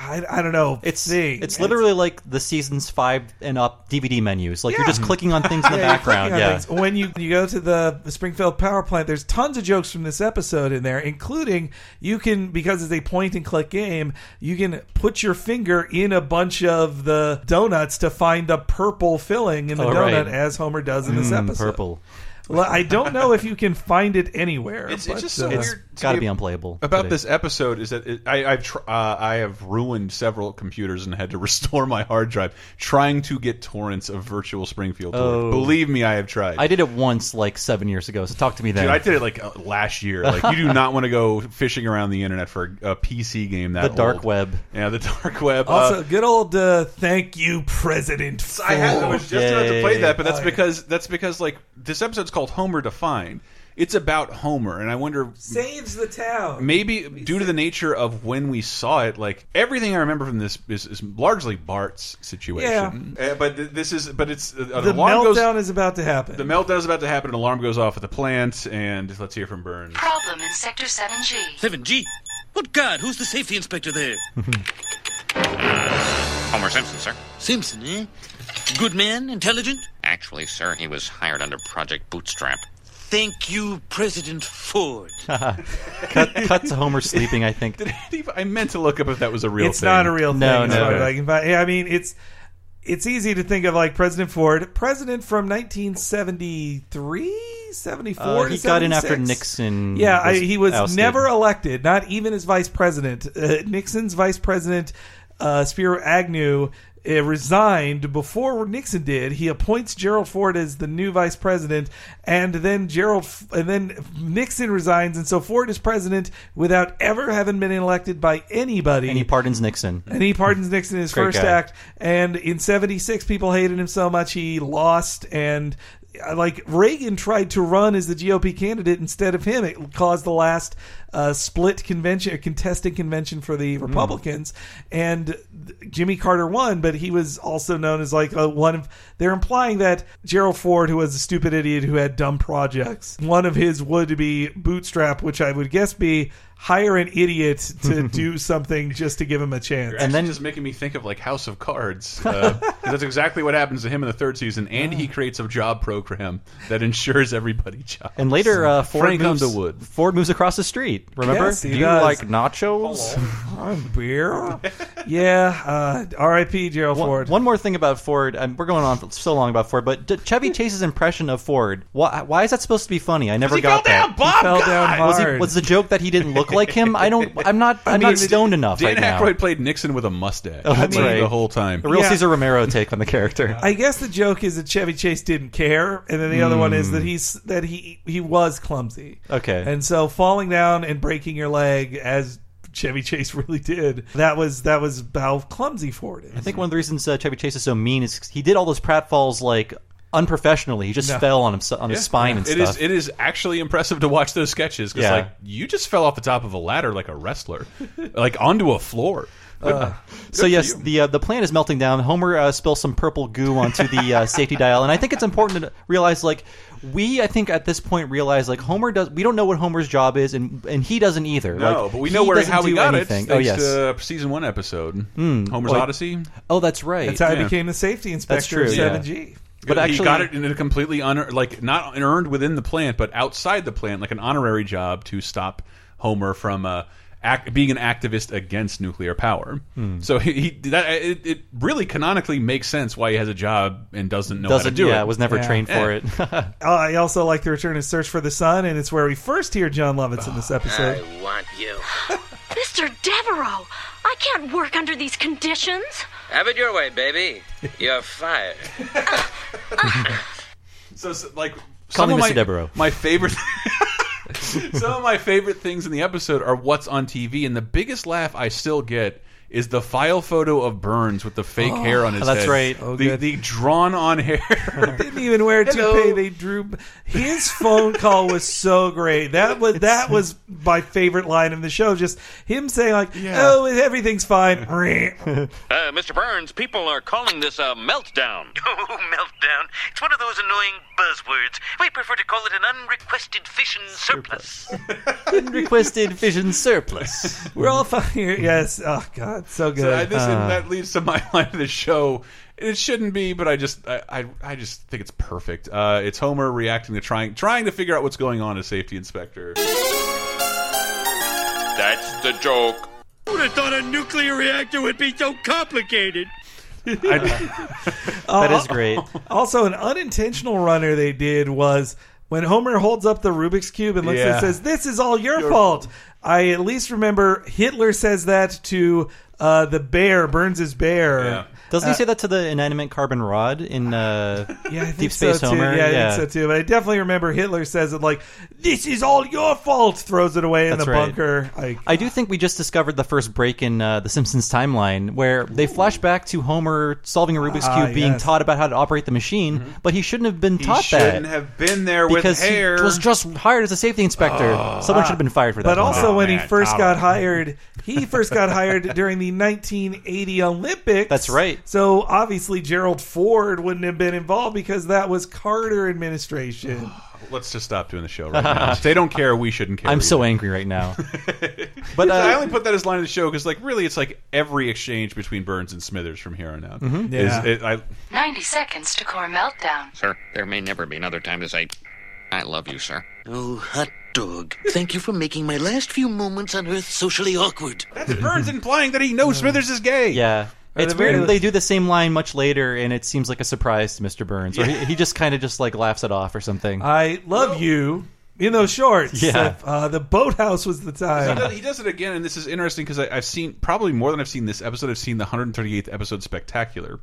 Speaker 4: I, I don't know.
Speaker 1: It's
Speaker 4: thing.
Speaker 1: it's literally like the seasons five and up DVD menus. Like you're
Speaker 4: Yeah.
Speaker 1: just clicking on things in the
Speaker 4: Yeah, you're
Speaker 1: background.
Speaker 4: clicking on
Speaker 1: Yeah.
Speaker 4: things. When you you go to the Springfield Power Plant, there's tons of jokes from this episode in there, including you can because it's a point and click game, you can put your finger in a bunch of the donuts to find the purple filling in the
Speaker 1: Oh,
Speaker 4: donut,
Speaker 1: right.
Speaker 4: as Homer does in this
Speaker 1: Mm,
Speaker 4: episode.
Speaker 1: purple.
Speaker 4: Well, I don't know if you can find it anywhere.
Speaker 3: It's,
Speaker 4: but,
Speaker 3: it's just so
Speaker 4: uh,
Speaker 3: weird
Speaker 1: It's got to be unplayable.
Speaker 3: about
Speaker 1: today.
Speaker 3: this episode is that it, I, I've tr uh, I have ruined several computers and had to restore my hard drive trying to get torrents of Virtual Springfield. to work.
Speaker 1: Oh.
Speaker 3: Believe me, I have tried.
Speaker 1: I did it once, like seven years ago. So talk to me then.
Speaker 3: Dude, I did it like uh, last year. Like you do not want to go fishing around the internet for a PC game that
Speaker 1: the dark
Speaker 3: old.
Speaker 1: web.
Speaker 3: Yeah, the dark web.
Speaker 4: Also,
Speaker 3: Uh,
Speaker 4: good old uh, thank you, President.
Speaker 3: I, had, I was
Speaker 4: Ford.
Speaker 3: just about to play that, but that's
Speaker 4: Oh, yeah.
Speaker 3: because that's because like this episode's called Homer Defined. It's about Homer, and I wonder
Speaker 4: saves the town.
Speaker 3: maybe due to the nature of when we saw it, like everything I remember from this is, is largely Bart's situation. Yeah. but th- this is, but it's uh,
Speaker 4: the
Speaker 3: an alarm goes.
Speaker 4: meltdown is about to happen.
Speaker 3: The meltdown is about to happen. An alarm goes off at the plant, and let's hear from Burns.
Speaker 9: Problem in Sector 7G.
Speaker 8: 7G. Good God, who's the safety inspector there?
Speaker 7: Homer Simpson, sir.
Speaker 8: Simpson, eh? Good man, intelligent?
Speaker 7: Actually, sir, he was hired under Project Bootstrap.
Speaker 8: Thank you, President Ford.
Speaker 1: Cut, cut to Homer sleeping. I think.
Speaker 3: Steve, I meant to look up if that was a real.
Speaker 4: it's
Speaker 3: thing.
Speaker 4: not a real thing.
Speaker 1: No,
Speaker 4: as
Speaker 1: no.
Speaker 4: far as I can find. Yeah, I mean, it's it's easy to think of like President Ford, president from 1973, 74.
Speaker 1: Uh,
Speaker 4: to
Speaker 1: he got in after
Speaker 4: 76.
Speaker 1: Nixon.
Speaker 4: Yeah, I, he was
Speaker 1: ousted.
Speaker 4: never elected, not even as vice president. Uh, Nixon's vice president, uh, Spiro Agnew, uh, resigned before Nixon did. He appoints Gerald Ford as the new vice president, and then Gerald F- and then Nixon resigns, and so Ford is president without ever having been elected by anybody.
Speaker 1: And he pardons Nixon.
Speaker 4: and he pardons Nixon in his
Speaker 1: Great
Speaker 4: first
Speaker 1: guy.
Speaker 4: act. And in '76, people hated him so much he lost. And uh, like Reagan tried to run as the GOP candidate instead of him. It caused the last uh, split convention, contested convention for the Republicans. And th- Jimmy Carter won, but he was also known as like uh one of. They're implying that Gerald Ford, who was a stupid idiot who had dumb projects, one of his would be Bootstrap, which I would guess be. Hire an idiot to do something just to give him a chance.
Speaker 3: And then just making me think of like House of Cards. Uh, 'cause that's exactly what happens to him in the third season, and he creates a job program that ensures everybody jobs.
Speaker 1: And later, uh, Ford
Speaker 3: Frank
Speaker 1: moves,
Speaker 3: Underwood.
Speaker 1: Ford moves across the street. Remember?
Speaker 4: Yes, he
Speaker 1: Do you
Speaker 4: does.
Speaker 1: like nachos?
Speaker 4: beer. yeah. Uh, R.I.P. Gerald
Speaker 1: One-
Speaker 4: Ford.
Speaker 1: One more thing about Ford. Um, we're going on for so long about Ford, but D- Chevy Chase's impression of Ford. Why, why is that supposed to be funny? I never
Speaker 3: he
Speaker 1: got
Speaker 3: fell down,
Speaker 1: that.
Speaker 3: Bob.
Speaker 4: fell
Speaker 3: God!
Speaker 4: down hard.
Speaker 1: Was, he, was the joke that he didn't look like him? I don't. I'm not. I'm
Speaker 4: mean,
Speaker 1: not stoned enough
Speaker 3: Dan
Speaker 1: right now.
Speaker 3: Aykroyd played Nixon with a mustache.
Speaker 1: Oh, that's
Speaker 3: Like,
Speaker 1: right.
Speaker 3: the whole time.
Speaker 1: A real
Speaker 4: Yeah.
Speaker 1: Caesar Romero take on the character.
Speaker 4: I guess the joke is that Chevy Chase didn't care, and then the other one is that he's that he he was clumsy.
Speaker 1: Hmm. Okay.
Speaker 4: And so falling down and breaking your leg, as Chevy Chase really did, that was that was how clumsy Ford is.
Speaker 1: I think one of the reasons uh, Chevy Chase is so mean is 'cause he did all those pratfalls like unprofessionally. He just fell on himself on his spine and
Speaker 3: It
Speaker 1: stuff.
Speaker 3: is it is actually impressive to watch those sketches because
Speaker 1: Yeah.
Speaker 3: like you just fell off the top of a ladder like a wrestler, like onto a floor.
Speaker 1: so yes, the uh, the plant is melting down. Homer uh, spills some purple goo onto the uh, safety dial, and I think it's important to realize like we I think at this point realize like Homer does we don't know what Homer's job is, and and he doesn't either.
Speaker 3: No,
Speaker 1: like,
Speaker 3: but we
Speaker 1: he
Speaker 3: know where
Speaker 1: doesn't
Speaker 3: how we
Speaker 1: do
Speaker 3: got
Speaker 1: anything.
Speaker 3: it.
Speaker 1: Oh
Speaker 3: thanks
Speaker 1: yes,
Speaker 3: to season one episode, Homer's
Speaker 1: Well,
Speaker 3: Odyssey.
Speaker 1: oh that's right.
Speaker 4: That's how
Speaker 3: Yeah.
Speaker 4: I became the safety inspector
Speaker 1: true,
Speaker 4: of
Speaker 1: yeah.
Speaker 4: Seven G.
Speaker 1: But
Speaker 3: he
Speaker 1: actually-
Speaker 3: got it in a completely un- like not earned within the plant, but outside the plant, like an honorary job to stop Homer from uh, act- being an activist against nuclear power.
Speaker 1: Hmm.
Speaker 3: So he, he that it, it really canonically makes sense why he has a job and doesn't know how
Speaker 1: doesn't
Speaker 3: to do
Speaker 1: yeah
Speaker 3: it.
Speaker 1: was never
Speaker 4: Yeah.
Speaker 1: trained for it.
Speaker 4: Uh, I also like the return of Search for the Sun, and it's where we first hear John Lovitz in this episode.
Speaker 6: I want you.
Speaker 9: Mr. Devereaux, I can't work under these conditions.
Speaker 6: Have it your way, baby. You're fired.
Speaker 3: So, so, like
Speaker 1: Call
Speaker 3: some
Speaker 1: me
Speaker 3: of
Speaker 1: Mr.
Speaker 3: my,
Speaker 1: Devereaux.
Speaker 3: My favorite. some of my favorite things in the episode are what's on TV, and the biggest laugh I still get is the file photo of Burns with the fake hair on his
Speaker 1: Oh. that's
Speaker 3: head.
Speaker 1: right.
Speaker 4: Oh,
Speaker 3: the
Speaker 4: good.
Speaker 3: the drawn on hair.
Speaker 4: didn't even wear a
Speaker 3: Hello.
Speaker 4: toupee. They drew his phone call was so great. That was that was my favorite line in the show. Just him saying like, "Oh, everything's fine."
Speaker 7: Uh, Mr. Burns, people are calling this a meltdown.
Speaker 8: Oh, meltdown. It's one of those annoying buzzwords. We prefer to call it an unrequested fission surplus.
Speaker 1: Requested vision surplus.
Speaker 4: We're all fine here. Yes. Oh God, so good. Uh,
Speaker 3: So I- this-
Speaker 1: uh.
Speaker 3: that leads to my line of the show. It shouldn't be, but I just I, I, I just think it's perfect. Uh, it's Homer reacting to trying trying to figure out what's going on as safety inspector.
Speaker 7: That's the joke.
Speaker 5: Who'd have thought a nuclear reactor would be so complicated?
Speaker 1: that is great.
Speaker 4: also, an unintentional runner they did was When Homer holds up the Rubik's Cube and looks at it
Speaker 3: Yeah.
Speaker 4: and says, This is all your, fault. I at least remember Hitler says that to uh, the bear, Burns' bear.
Speaker 3: Yeah.
Speaker 1: Doesn't he
Speaker 4: Uh,
Speaker 1: say that to the inanimate carbon rod in uh,
Speaker 4: Yeah, I think
Speaker 1: Deep
Speaker 4: so
Speaker 1: Space
Speaker 4: too.
Speaker 1: Homer?
Speaker 4: Yeah, I
Speaker 1: Yeah.
Speaker 4: think so too. But I definitely remember Hitler says it like, "This is all your fault." Throws it away in
Speaker 1: That's
Speaker 4: the
Speaker 1: right.
Speaker 4: bunker. Like,
Speaker 1: I do think we just discovered the first break in uh, the Simpsons timeline where they flash back to Homer solving a Rubik's
Speaker 4: Ah,
Speaker 1: cube, being
Speaker 4: yes. Mm-hmm.
Speaker 1: taught about how to operate the machine, but he shouldn't have been
Speaker 3: He
Speaker 1: taught
Speaker 3: shouldn't
Speaker 1: that
Speaker 3: have been there with
Speaker 1: because
Speaker 3: hair.
Speaker 1: he was just hired as a safety inspector. Someone should have been fired for that.
Speaker 4: Ah. but also
Speaker 3: Oh,
Speaker 4: when he
Speaker 3: man,
Speaker 4: first
Speaker 3: Tom.
Speaker 4: got hired, he first got hired during the 1980 Olympics.
Speaker 1: That's right.
Speaker 4: So obviously Gerald Ford wouldn't have been involved because that was Carter administration.
Speaker 3: Let's just stop doing the show right now. if they don't care, we shouldn't care.
Speaker 1: I'm so
Speaker 3: either.
Speaker 1: angry right now. but uh,
Speaker 3: I only put that as line of the show because, like, really, it's like every exchange between Burns and Smithers from here on out.
Speaker 1: Mm-hmm.
Speaker 4: Yeah.
Speaker 3: Is, it, I,
Speaker 10: 90 seconds to core meltdown.
Speaker 7: Sir, there may never be another time to say, I love you, sir.
Speaker 8: Oh, hot dog. Thank you for making my last few moments on Earth socially awkward.
Speaker 3: that's Burns implying that he
Speaker 1: Mm.
Speaker 3: knows Smithers is gay.
Speaker 1: yeah. It's
Speaker 4: the very
Speaker 1: weird.
Speaker 4: least-
Speaker 1: They do the same line much later, and it seems like a surprise to Mr. Burns, or he, he just kind of just like laughs it off or something.
Speaker 4: I love you in those shorts.
Speaker 1: Yeah.
Speaker 4: Uh, the boathouse was the
Speaker 3: He
Speaker 4: time.
Speaker 3: does, he does it again, and this is interesting because I've seen probably more than I've seen this episode. I've seen the 138th episode Spectacular,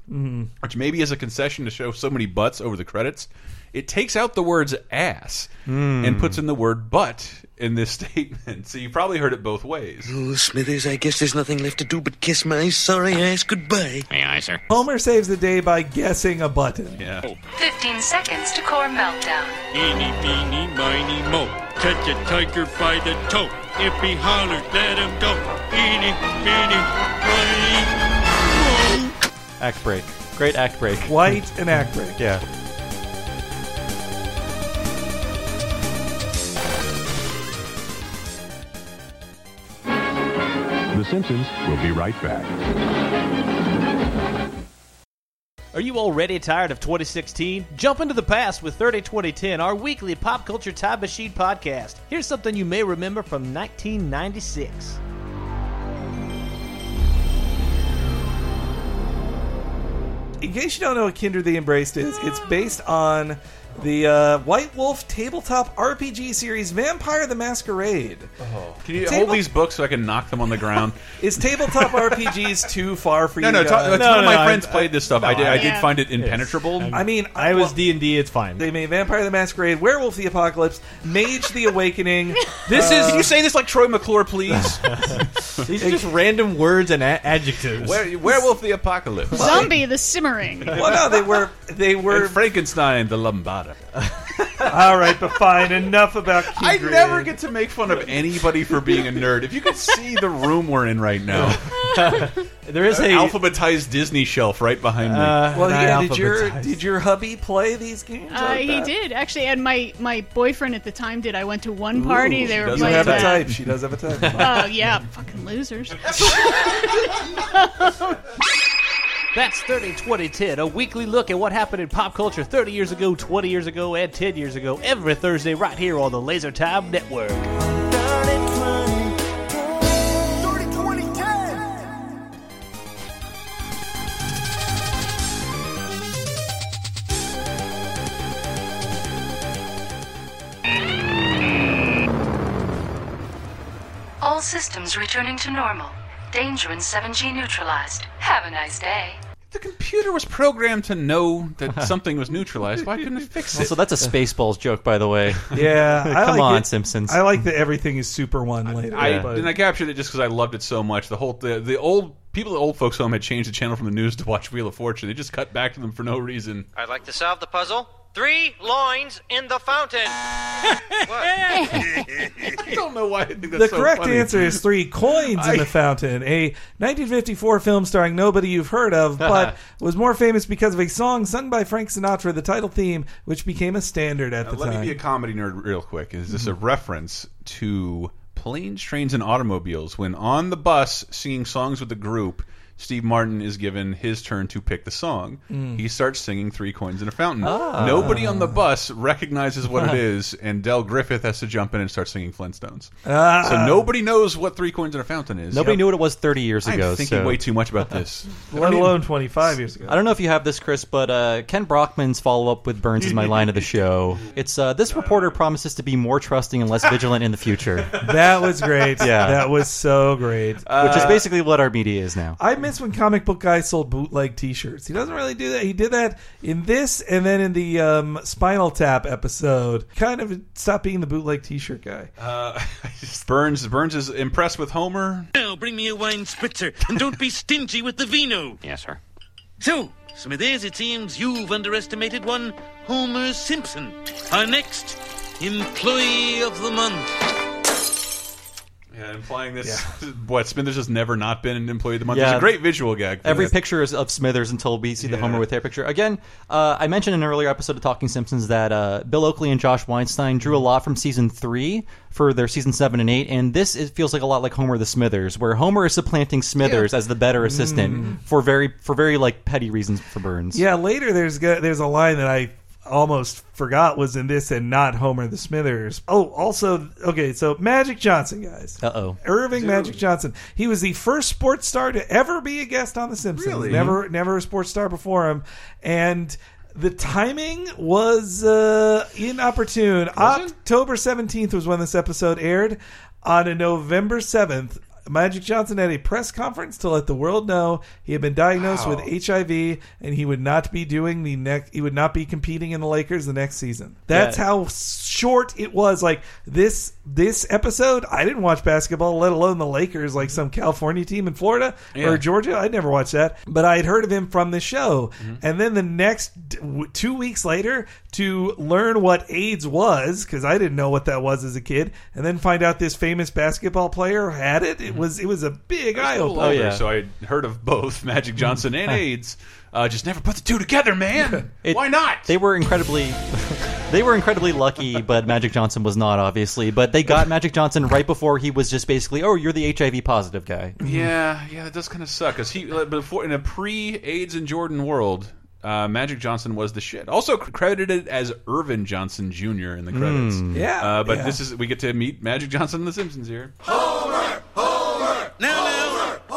Speaker 3: which maybe is a concession to show so many butts over the credits. It takes out the words ass and puts in the word butt in this statement. So you probably heard it both ways.
Speaker 8: Oh, Smithers, I guess there's nothing left to do but kiss my sorry ass goodbye.
Speaker 7: May I, sir?
Speaker 4: Homer saves the day by guessing a button.
Speaker 3: Yeah.
Speaker 10: 15 seconds to core meltdown.
Speaker 5: Eeny, beeny, miny, mo. Catch a tiger by the toe. If he hollers, let him go. Eeny, beeny, miny, mo.
Speaker 1: act break. Great act break.
Speaker 4: White and act break.
Speaker 1: Yeah.
Speaker 11: The Simpsons will be right back.
Speaker 12: Are you already tired of 2016? Jump into the past with 30 2010, our weekly pop culture time machine podcast. Here's something you may remember from 1996.
Speaker 4: in case you don't know what Kinder the Embraced is, it's based on the uh, White Wolf tabletop RPG series Vampire the Masquerade.
Speaker 3: Can you
Speaker 4: Table-
Speaker 3: hold these books so I can knock them on the ground?
Speaker 4: Is tabletop RPGs too far for
Speaker 3: No,
Speaker 4: you?
Speaker 3: no,
Speaker 4: guys?
Speaker 12: No,
Speaker 3: no, none of
Speaker 12: no,
Speaker 3: my
Speaker 12: I-
Speaker 3: friends
Speaker 12: I-
Speaker 3: played this stuff. I did. I did
Speaker 9: Yeah.
Speaker 3: find it impenetrable.
Speaker 4: I mean,
Speaker 12: I was
Speaker 4: well,
Speaker 12: D and D. It's fine.
Speaker 4: They made Vampire the Masquerade, Werewolf the Apocalypse, Mage the Awakening.
Speaker 12: this is
Speaker 3: Can you say this like Troy McClure, please?
Speaker 12: these are just random words and a- adjectives.
Speaker 3: Were- Werewolf the Apocalypse.
Speaker 9: Zombie the simmering.
Speaker 4: well, no, they were they were
Speaker 3: And Frankenstein the Lumbata.
Speaker 4: all right, but fine. Enough about.
Speaker 3: I
Speaker 4: Kindred.
Speaker 3: never get to make fun of anybody for being a nerd. If you could see the room we're in right now,
Speaker 12: there is a
Speaker 3: Uh, alphabetized Disney shelf right behind me.
Speaker 12: Uh,
Speaker 4: Well,
Speaker 12: and I
Speaker 4: yeah, did your
Speaker 12: alphabetized.
Speaker 4: did your hubby play these games?
Speaker 9: Uh,
Speaker 4: like
Speaker 9: he
Speaker 4: that?
Speaker 9: did actually, and my my boyfriend at the time did. I went to one party.
Speaker 3: Ooh,
Speaker 9: they were
Speaker 3: doesn't
Speaker 4: Does
Speaker 9: playing
Speaker 4: have a
Speaker 9: that.
Speaker 4: type? She does have a type.
Speaker 9: Oh yeah, fucking losers.
Speaker 12: That's 30 2010, a weekly look at what happened in pop culture 30 years ago, 20 years ago, and 10 years ago, every Thursday right here on the Laser Time Network.
Speaker 10: All systems returning to normal. Danger in 7G neutralized. Have a nice day.
Speaker 3: the computer was programmed to know that something was neutralized. Why couldn't it fix it?
Speaker 1: So that's a
Speaker 12: Uh.
Speaker 1: Spaceballs joke, by the way.
Speaker 4: Yeah, I
Speaker 1: Come
Speaker 4: like
Speaker 1: on,
Speaker 4: it.
Speaker 1: Simpsons.
Speaker 4: I like that everything is super one later.
Speaker 3: I,
Speaker 4: but-
Speaker 3: And I captured it just because I loved it so much. The whole the, the old people at old folks home had changed the channel from the news to watch Wheel of Fortune. They just cut back to them for no reason.
Speaker 12: I'd like to solve the puzzle. Three loins in the fountain.
Speaker 3: I don't know why I think that's
Speaker 4: the
Speaker 3: so
Speaker 4: correct
Speaker 3: funny.
Speaker 4: answer is three coins in the fountain. A 1954 film starring nobody you've heard of, but was more famous because of a song sung by Frank Sinatra, the title theme, which became a standard at the
Speaker 3: Uh, Let
Speaker 4: time.
Speaker 1: Mm-hmm.
Speaker 3: me be a comedy nerd real quick. Is this a reference to Planes, Trains, and Automobiles. When on the bus singing songs with the group, Steve Martin is given his turn to pick the song.
Speaker 13: Mm.
Speaker 3: He starts singing Three Coins in a Fountain.
Speaker 13: Ah.
Speaker 3: Nobody on the bus recognizes what it is, and Del Griffith has to jump in and start singing Flintstones.
Speaker 1: Ah.
Speaker 3: So nobody knows what Three Coins in a Fountain is.
Speaker 1: Nobody knew what it was 30 years
Speaker 3: I'm
Speaker 1: ago.
Speaker 3: thinking
Speaker 1: so-
Speaker 3: way too much about this. I
Speaker 4: let
Speaker 3: don't
Speaker 4: alone 25 years ago.
Speaker 1: I don't know if you have this, Chris, but uh, Ken Brockman's follow up with Burns is my line of the show. It's uh, this reporter promises to be more trusting and less vigilant in the future,
Speaker 4: That was great.
Speaker 1: Yeah.
Speaker 4: That was so great. Uh,
Speaker 1: which is basically what our media is now.
Speaker 4: I miss when comic book guy sold bootleg T-shirts. He doesn't really do that. He did that in this, and then in the um, Spinal Tap episode. Kind of stopped being the bootleg T-shirt guy.
Speaker 3: Uh, Burns Burns is impressed with Homer.
Speaker 8: Now bring me a wine spritzer, and don't be stingy with the vino.
Speaker 7: Yes, sir.
Speaker 8: So, Smithers, it seems you've underestimated one Homer Simpson. Our next employee of the month.
Speaker 3: Yeah, implying this. What Smithers has never not been an employee of the month.
Speaker 1: Yeah.
Speaker 3: There's a great visual gag. For
Speaker 1: Every
Speaker 3: that.
Speaker 1: picture is of Smithers until we see the Homer with hair picture. Again, uh, I mentioned in an earlier episode of Talking Simpsons that uh, Bill Oakley and Josh Weinstein drew a lot from season three for their season seven and eight, and this is, feels like a lot like Homer the Smithers, where Homer is supplanting Smithers as the better assistant for very for very like petty reasons for Burns.
Speaker 4: Yeah, later there's go- there's a line that I almost forgot was in this and not Homer the Smithers. Oh, also okay, so Magic Johnson, guys.
Speaker 1: Uh oh.
Speaker 4: Irving Magic Johnson. He was the first sports star to ever be a guest on The Simpsons.
Speaker 1: Really?
Speaker 4: Never, never a sports star before him, and. The timing was uh, inopportune. October 17th was when this episode aired. On a November 7th, Magic Johnson had a press conference to let the world know he had been diagnosed
Speaker 13: Wow.
Speaker 4: with HIV and he would not be doing the next he would not be competing in the Lakers the next season. That's
Speaker 13: Yeah.
Speaker 4: how short it was. Like this this episode, I didn't watch basketball, let alone the Lakers, like some California team in Florida
Speaker 13: Yeah.
Speaker 4: or Georgia. I'd never watched that, but I had heard of him from the show.
Speaker 3: Mm-hmm.
Speaker 4: And then the next d- w- two weeks later, to learn what AIDS was, because I didn't know what that was as a kid, and then find out this famous basketball player had it. It was it was a big eye
Speaker 3: Mm-hmm.
Speaker 1: Oh,
Speaker 3: Cool Oh,
Speaker 4: opener.
Speaker 3: older, So I heard of both
Speaker 1: Hmm.
Speaker 3: Magic Johnson and AIDS. Uh, just never put the two together, man. Why not?
Speaker 1: They were incredibly. They were incredibly lucky, but Magic Johnson was not, obviously. But they got Magic Johnson right before he was just basically, oh, you're the HIV positive guy.
Speaker 3: Yeah, yeah, that does kind of suck. Cause he like, before in a pre-AIDS and Jordan world, uh, Magic Johnson was the shit. Also credited as Irvin Johnson Jr. in the credits.
Speaker 8: Mm. Yeah,
Speaker 3: uh, but
Speaker 8: yeah.
Speaker 3: this is we get to meet Magic Johnson in The Simpsons here.
Speaker 8: It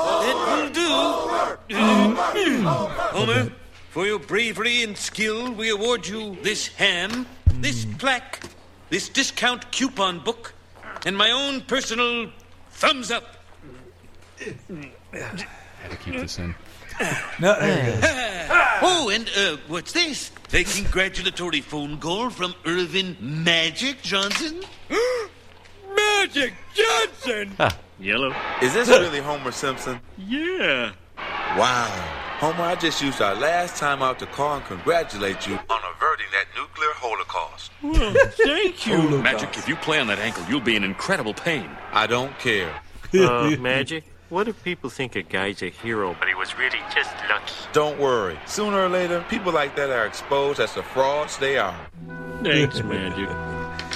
Speaker 8: will do. mm-hmm. Homer, for your bravery and skill, we award you this ham, this plaque, this discount coupon book, and my own personal thumbs up.
Speaker 3: Had to keep this in.
Speaker 4: No, uh,
Speaker 8: oh, and uh, what's this? A congratulatory phone call from Irvin Magic Johnson. Magic Johnson.
Speaker 14: Yellow. Is this really Homer Simpson? Yeah. Wow. Homer, I just used our last time out to call and congratulate you on averting that nuclear holocaust.
Speaker 7: Well,
Speaker 15: Oh,
Speaker 7: thank
Speaker 14: you. Holocaust.
Speaker 7: Magic, if you play on that ankle, you'll be in incredible pain.
Speaker 14: I don't care.
Speaker 15: Uh, Magic, what if people think a guy's a hero, but he was really just lucky?
Speaker 14: Don't worry. Sooner or later, people like that are exposed as the frauds they are.
Speaker 3: Thanks,
Speaker 14: Magic.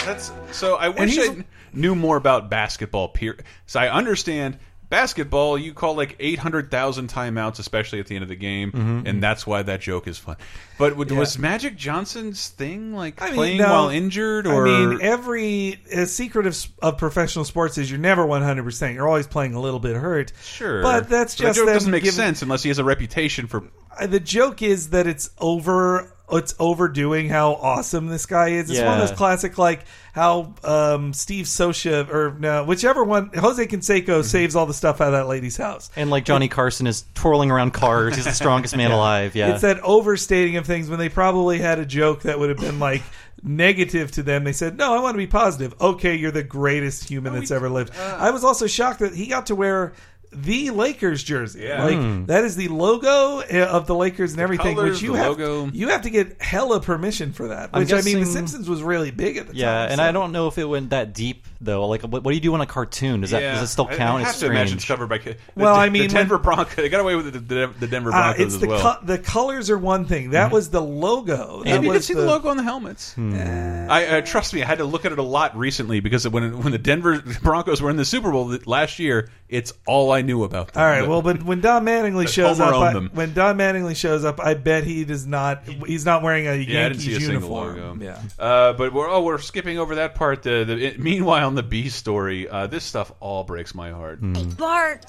Speaker 3: That's so. I
Speaker 14: And
Speaker 3: wish
Speaker 14: he's-
Speaker 3: I knew more about basketball. Peer, so I understand basketball. You call like eight hundred thousand timeouts, especially at the end of the game,
Speaker 13: Mhm.
Speaker 3: and that's why that joke is fun. But would-
Speaker 4: Mm-hmm, Yeah.
Speaker 3: was Magic Johnson's thing like
Speaker 4: I mean,
Speaker 3: playing
Speaker 4: no,
Speaker 3: while injured, or
Speaker 4: I mean, every uh, secret of, s- of professional sports is you're never 100. percent You're always playing a little bit hurt.
Speaker 3: sure?
Speaker 4: but that's
Speaker 3: So the
Speaker 4: just
Speaker 3: joke
Speaker 4: them
Speaker 3: doesn't make
Speaker 4: giving-
Speaker 3: sense unless he has a reputation for.
Speaker 4: Uh, The joke is that it's over. It's overdoing how awesome this guy is. It's one of
Speaker 13: Yeah.
Speaker 4: those classic, like how um, Steve Socha or no, whichever one, Jose Canseco saves all the stuff out of that lady's house.
Speaker 1: And like Johnny Carson is twirling around cars. He's the strongest man alive. Yeah.
Speaker 4: It's that overstating of things when they probably had a joke that would have been like negative to them. They said, "No, I want to be positive." Okay, you're the greatest human that's ever lived.
Speaker 13: Uh.
Speaker 4: I was also shocked that he got to wear the Lakers jersey.
Speaker 13: Yeah.
Speaker 4: Like
Speaker 13: Hmm.
Speaker 4: that is the logo uh, of the Lakers and everything,
Speaker 13: colors,
Speaker 4: which you
Speaker 13: the
Speaker 4: have
Speaker 13: logo.
Speaker 4: you have to get hella permission for that.
Speaker 1: I'm
Speaker 4: Which I mean, The
Speaker 1: guessing-
Speaker 4: Simpsons was really big at the time.
Speaker 1: yeah, and
Speaker 4: so-
Speaker 1: I don't know if it went that deep though? Like, what, what do you do on a cartoon? Does that does it still
Speaker 3: I-
Speaker 1: count?
Speaker 3: I, have
Speaker 1: as
Speaker 3: to imagine
Speaker 1: strange?
Speaker 3: it's covered by. ki- The,
Speaker 4: Well,
Speaker 3: the-
Speaker 4: I mean,
Speaker 3: the
Speaker 4: when-
Speaker 3: Denver Broncos. They got away with the, the, the Denver
Speaker 4: Uh,
Speaker 3: Broncos
Speaker 4: it's
Speaker 3: as
Speaker 4: the
Speaker 3: well. Mm-hmm.
Speaker 4: co- the colors are one thing. That was the logo. That
Speaker 3: Maybe you
Speaker 4: was
Speaker 3: can see the logo on the helmets. I, I trust me. I had to look at it a lot recently because when when the Denver Broncos were in the Super Bowl th- last year, it's all I knew about. Them.
Speaker 4: All right. Well, but when Don Mattingly
Speaker 3: That
Speaker 4: shows
Speaker 3: Homer
Speaker 4: up,
Speaker 3: owned
Speaker 4: I,
Speaker 3: them.
Speaker 4: when Don Mattingly shows up, I bet he does not. He's not wearing a
Speaker 3: yeah, I didn't
Speaker 4: Yankees
Speaker 3: see a
Speaker 4: uniform.
Speaker 3: single logo.
Speaker 4: Yeah.
Speaker 3: Uh, but we're oh we're skipping over that part. The, the it- meanwhile on the B story, uh, this stuff all breaks my heart.
Speaker 1: Hmm.
Speaker 2: Bart,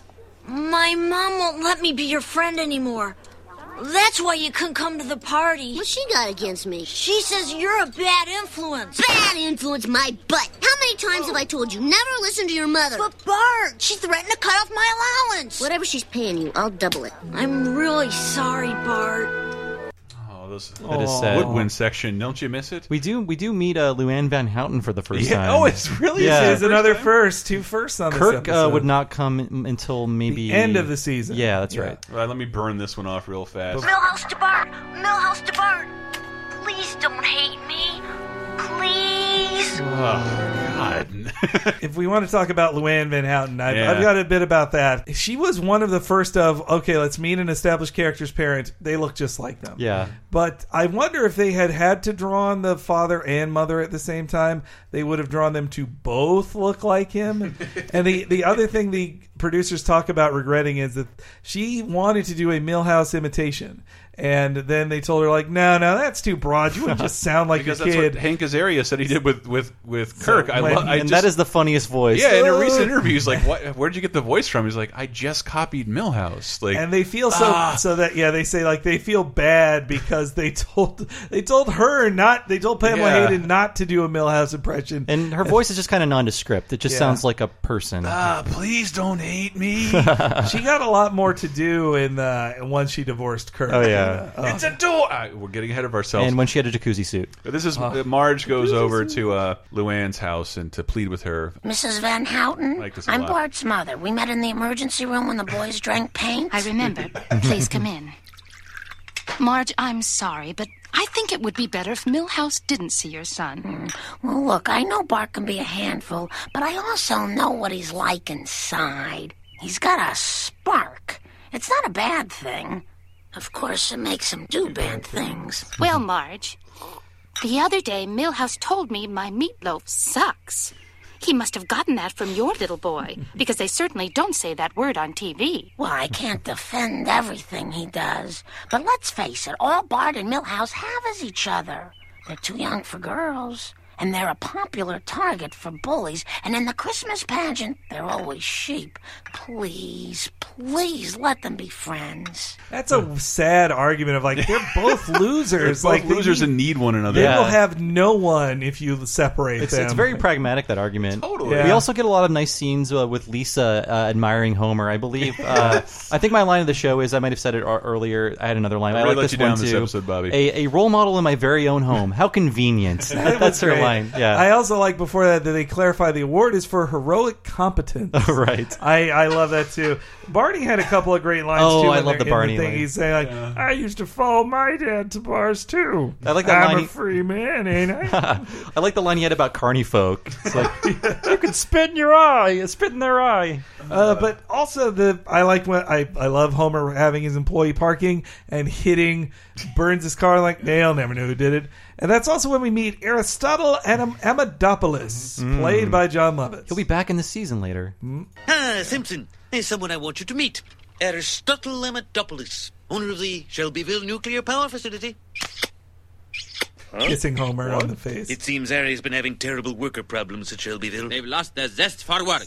Speaker 2: my mom won't let me be your friend anymore. That's why you couldn't come to the party. What's she got against me? She says you're a bad influence. Bad influence, my butt. How many times have I told you never listen to your mother? But Bart, she threatened to cut off my allowance. Whatever she's paying you, I'll double it. I'm really sorry, Bart.
Speaker 3: Oh, those
Speaker 1: That is sad.
Speaker 3: woodwind section. Don't you miss it?
Speaker 1: We do we do meet uh, Luann Van Houten for the first
Speaker 3: Yeah.
Speaker 1: time.
Speaker 3: Oh, it's really-
Speaker 1: yeah.
Speaker 4: This is another first, two firsts on this
Speaker 1: Kirk uh,
Speaker 4: episode.
Speaker 1: would not come in- until maybe
Speaker 4: end of the season.
Speaker 1: Yeah, that's
Speaker 4: Yeah.
Speaker 1: right.
Speaker 3: All right, let me burn this one off real fast.
Speaker 9: Millhouse to Bart! Millhouse to Bart! Please don't hate me. Please.
Speaker 4: if we want to talk about Luann Van Houten, I've,
Speaker 3: Yeah.
Speaker 4: I've got a bit about that. She was one of the first of okay, let's meet an established character's parent. They look just like them.
Speaker 1: Yeah.
Speaker 4: But I wonder if they had had to draw on the father and mother at the same time, they would have drawn them to both look like him. and the, the other thing the producers talk about regretting is that she wanted to do a Millhouse imitation. And then they told her, like, no, no, that's too broad. You would just sound like
Speaker 3: because
Speaker 4: your
Speaker 3: that's
Speaker 4: kid.
Speaker 3: what Hank Azaria said he did with with with Kirk. I,
Speaker 4: when-
Speaker 3: lo- I
Speaker 4: and
Speaker 1: That
Speaker 3: just-
Speaker 1: is the funniest voice.
Speaker 3: Yeah, in a recent interview, he's like, what, "Where'd you get the voice from?" He's like, "I just copied Millhouse." Like,
Speaker 4: and they feel so
Speaker 3: Ah.
Speaker 4: so that yeah they say like they feel bad because they told they told her not they told Pamela
Speaker 1: Yeah.
Speaker 4: Hayden not to do a Millhouse impression
Speaker 1: And her voice is just kind of nondescript. It just
Speaker 4: Yeah.
Speaker 1: sounds like a person.
Speaker 3: "Ah, please don't hate me.
Speaker 4: she got a lot more to do in the once she divorced Kirk uh,
Speaker 1: Oh, yeah.
Speaker 3: it's a door. Ah, we're getting ahead of ourselves.
Speaker 1: and when she had a jacuzzi suit. Ah.
Speaker 3: this is uh, Marge goes over to uh, Luann's house and to plead with her.
Speaker 2: Mrs. Van Houten,
Speaker 3: Like this a
Speaker 2: I'm
Speaker 3: lot.
Speaker 2: Bart's mother. We met in the emergency room when the boys drank paint.
Speaker 10: I remember. Please come in. Marge, I'm sorry, but I think it would be better if Millhouse didn't see your son.
Speaker 2: Well, look, I know Bart can be a handful, but I also know what he's like inside. He's got a spark. It's not a bad thing. Of course, it makes him do bad things.
Speaker 10: Well, Marge, the other day Millhouse told me my meatloaf sucks. He must have gotten that from your little boy, because they certainly don't say that word on TV.
Speaker 2: Well, I can't defend everything he does, but let's face it, all Bart and Milhouse have is each other. They're too young for girls, and they're a popular target for bullies, and in the Christmas pageant, they're always sheep. Please, please let them be friends.
Speaker 4: that's a sad argument of like they're both losers
Speaker 3: They're both
Speaker 4: like they
Speaker 3: losers
Speaker 4: need-
Speaker 3: and need one another.
Speaker 4: they will have no one if you separate
Speaker 1: It's,
Speaker 4: them
Speaker 1: it's very pragmatic that argument. Totally.
Speaker 4: Yeah.
Speaker 1: We also get a lot of nice scenes uh, with Lisa uh, admiring Homer. I believe. Uh, I think my line of the show is I might have said it ar- earlier. I had another line.
Speaker 3: I
Speaker 1: I,
Speaker 3: really
Speaker 1: like
Speaker 3: let
Speaker 1: this
Speaker 3: you
Speaker 1: one
Speaker 3: down
Speaker 1: too.
Speaker 3: this episode, Bobby.
Speaker 1: A, a role model in my very own home. How convenient.
Speaker 4: That
Speaker 1: That- That's
Speaker 4: was
Speaker 1: her
Speaker 4: great.
Speaker 1: line. Yeah.
Speaker 4: I also like before that that they clarify the award is for heroic competence.
Speaker 1: right.
Speaker 4: I, I love that too. Barney had a couple of great lines
Speaker 1: Oh,
Speaker 4: too.
Speaker 1: I
Speaker 4: in
Speaker 1: love the
Speaker 4: in
Speaker 1: Barney
Speaker 4: thing.
Speaker 1: line.
Speaker 4: He's saying like, "I used to follow my dad to bars too.
Speaker 1: I like that
Speaker 4: I'm
Speaker 1: line
Speaker 4: a
Speaker 1: he-
Speaker 4: free man, ain't I?"
Speaker 1: I like the line he had about carny folk. It's like
Speaker 4: you could spit in your eye, spit in their eye. Uh, but also the I like when I I love Homer having his employee parking and hitting Burns' car like they'll never know who did it. And that's also when we meet Aristotle Am- Amadopoulos,
Speaker 1: Mm.
Speaker 4: played by John Lovitz.
Speaker 1: he'll be back in the season later.
Speaker 8: Ah, Simpson, there's someone I want you to meet. Aristotle Lamatopoulos, owner of the Shelbyville Nuclear Power Facility.
Speaker 4: Kissing Homer on the face.
Speaker 8: It seems Ari's been having terrible worker problems at Shelbyville.
Speaker 13: They've lost their zest for work.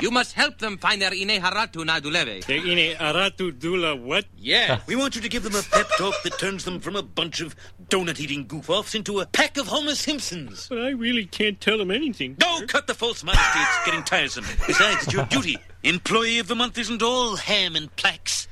Speaker 13: You must help them find their Ine Haratu Naduleve.
Speaker 15: The Ine Aratu Dula what?
Speaker 13: Yeah.
Speaker 8: We want you to give them a pep talk that turns them from a bunch of donut eating goof offs into a pack of Homer Simpsons.
Speaker 15: But I really can't tell them anything.
Speaker 8: No, cut the false modesty. It's getting tiresome. Besides, it's your duty. Employee of the month isn't all ham and plaques.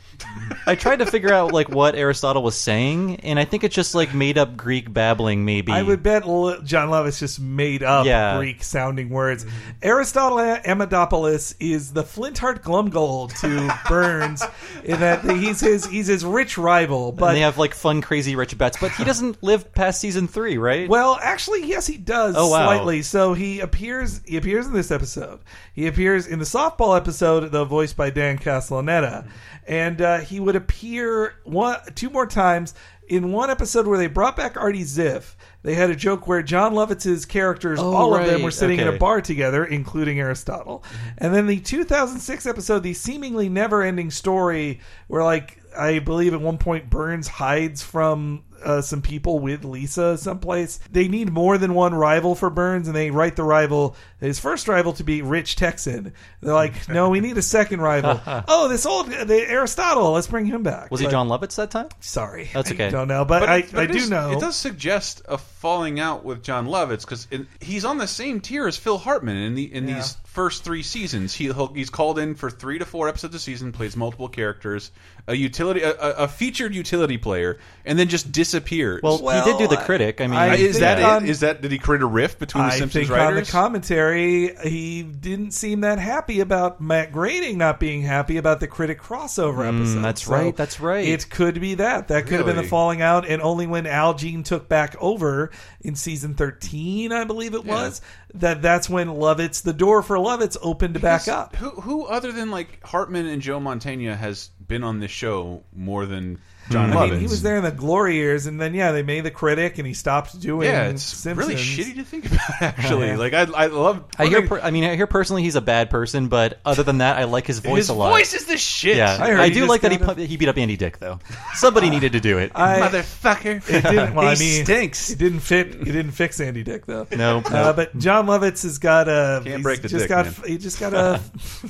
Speaker 1: I tried to figure out like what Aristotle was saying, and I think it's just like made up Greek babbling. Maybe
Speaker 4: I would bet L- John Lovitz just made up
Speaker 1: Yeah. Mm-hmm.
Speaker 4: Greek sounding words. Aristotle Amidopoulos is the Flintheart Glumgold to Burns, in that he's his he's his rich rival. But
Speaker 1: and they have like fun, crazy rich bets. But he doesn't live past season three, right?
Speaker 4: Well, actually, yes, he does
Speaker 1: Oh, wow.
Speaker 4: slightly. So he appears. He appears in this episode. He appears in the softball episode, though voiced by Dan Castellaneta, and uh, he would appear one two more times in one episode where they brought back Artie Ziff. They had a joke where John Lovitz's characters,
Speaker 1: Oh,
Speaker 4: all of them,
Speaker 1: right.
Speaker 4: were sitting in a
Speaker 1: Okay. Mm-hmm.
Speaker 4: bar together, including Aristotle. And then the 2006 episode, the seemingly never-ending story, where like I believe at one point Burns hides from uh, some people with Lisa someplace. They need more than one rival for Burns, and they write the rival his first rival to be Rich Texan. They're like, no, we need a second rival. oh, this old the Aristotle. Let's bring him back.
Speaker 1: Was he
Speaker 4: But-
Speaker 1: John Lovitz that time?
Speaker 4: Sorry,
Speaker 1: that's okay.
Speaker 4: I don't know, but, I,
Speaker 3: it- but
Speaker 4: I
Speaker 3: it
Speaker 4: do
Speaker 3: is-
Speaker 4: know
Speaker 3: it does suggest a falling out with John Lovitz because he's on the same tier as Phil Hartman in the in these first three seasons. He he'll- he's called in for three to four episodes a season, plays multiple characters, a utility, a, a- a featured utility player, and then just disappears.
Speaker 1: Well, he did do the critic. I mean,
Speaker 3: is that it?
Speaker 4: on-
Speaker 3: Is that did he create a rift between the
Speaker 4: I
Speaker 3: Simpsons
Speaker 4: think on the
Speaker 3: writers?
Speaker 4: commentary, he didn't seem that happy about Matt Groening not being happy about the critic crossover
Speaker 1: Mm,
Speaker 4: episode.
Speaker 1: that's
Speaker 4: So
Speaker 1: right, that's right.
Speaker 4: It could be that. That could have been the
Speaker 1: Really?
Speaker 4: falling out. And only when Al Jean took back over in season thirteen, I believe it was, that that's when Lovitz, the door for Lovitz, opened back up.
Speaker 3: Who who other than like Hartman and Joe Montana has been on this show more than John
Speaker 4: Hmm. I
Speaker 3: Lovitz?
Speaker 4: mean, he was there in the glory years, and then yeah, they made the critic, and he stopped doing.
Speaker 3: Yeah, it's really
Speaker 4: Simpsons.
Speaker 3: shitty to think about. Actually,
Speaker 1: Yeah.
Speaker 3: like I, I love.
Speaker 1: I hear. Per, I mean, I hear personally he's a bad person, but other than that, I like his voice
Speaker 3: His
Speaker 1: a lot.
Speaker 3: voice is the shit.
Speaker 1: Yeah,
Speaker 3: I heard
Speaker 1: I,
Speaker 3: he
Speaker 1: do
Speaker 3: just
Speaker 1: like that he
Speaker 3: kind
Speaker 1: pu- he beat up Andy Dick though. Somebody needed to do it.
Speaker 4: I-
Speaker 3: Motherfucker.
Speaker 4: It didn't, well, I
Speaker 1: He
Speaker 4: mean,
Speaker 3: stinks.
Speaker 4: It didn't fit. It didn't fix Andy Dick though.
Speaker 1: No,
Speaker 4: Uh,
Speaker 1: no.
Speaker 4: but John Lovitz has got a.
Speaker 1: Can't
Speaker 4: he's
Speaker 1: break the
Speaker 4: just
Speaker 1: dick,
Speaker 4: got,
Speaker 1: man.
Speaker 4: He just got a.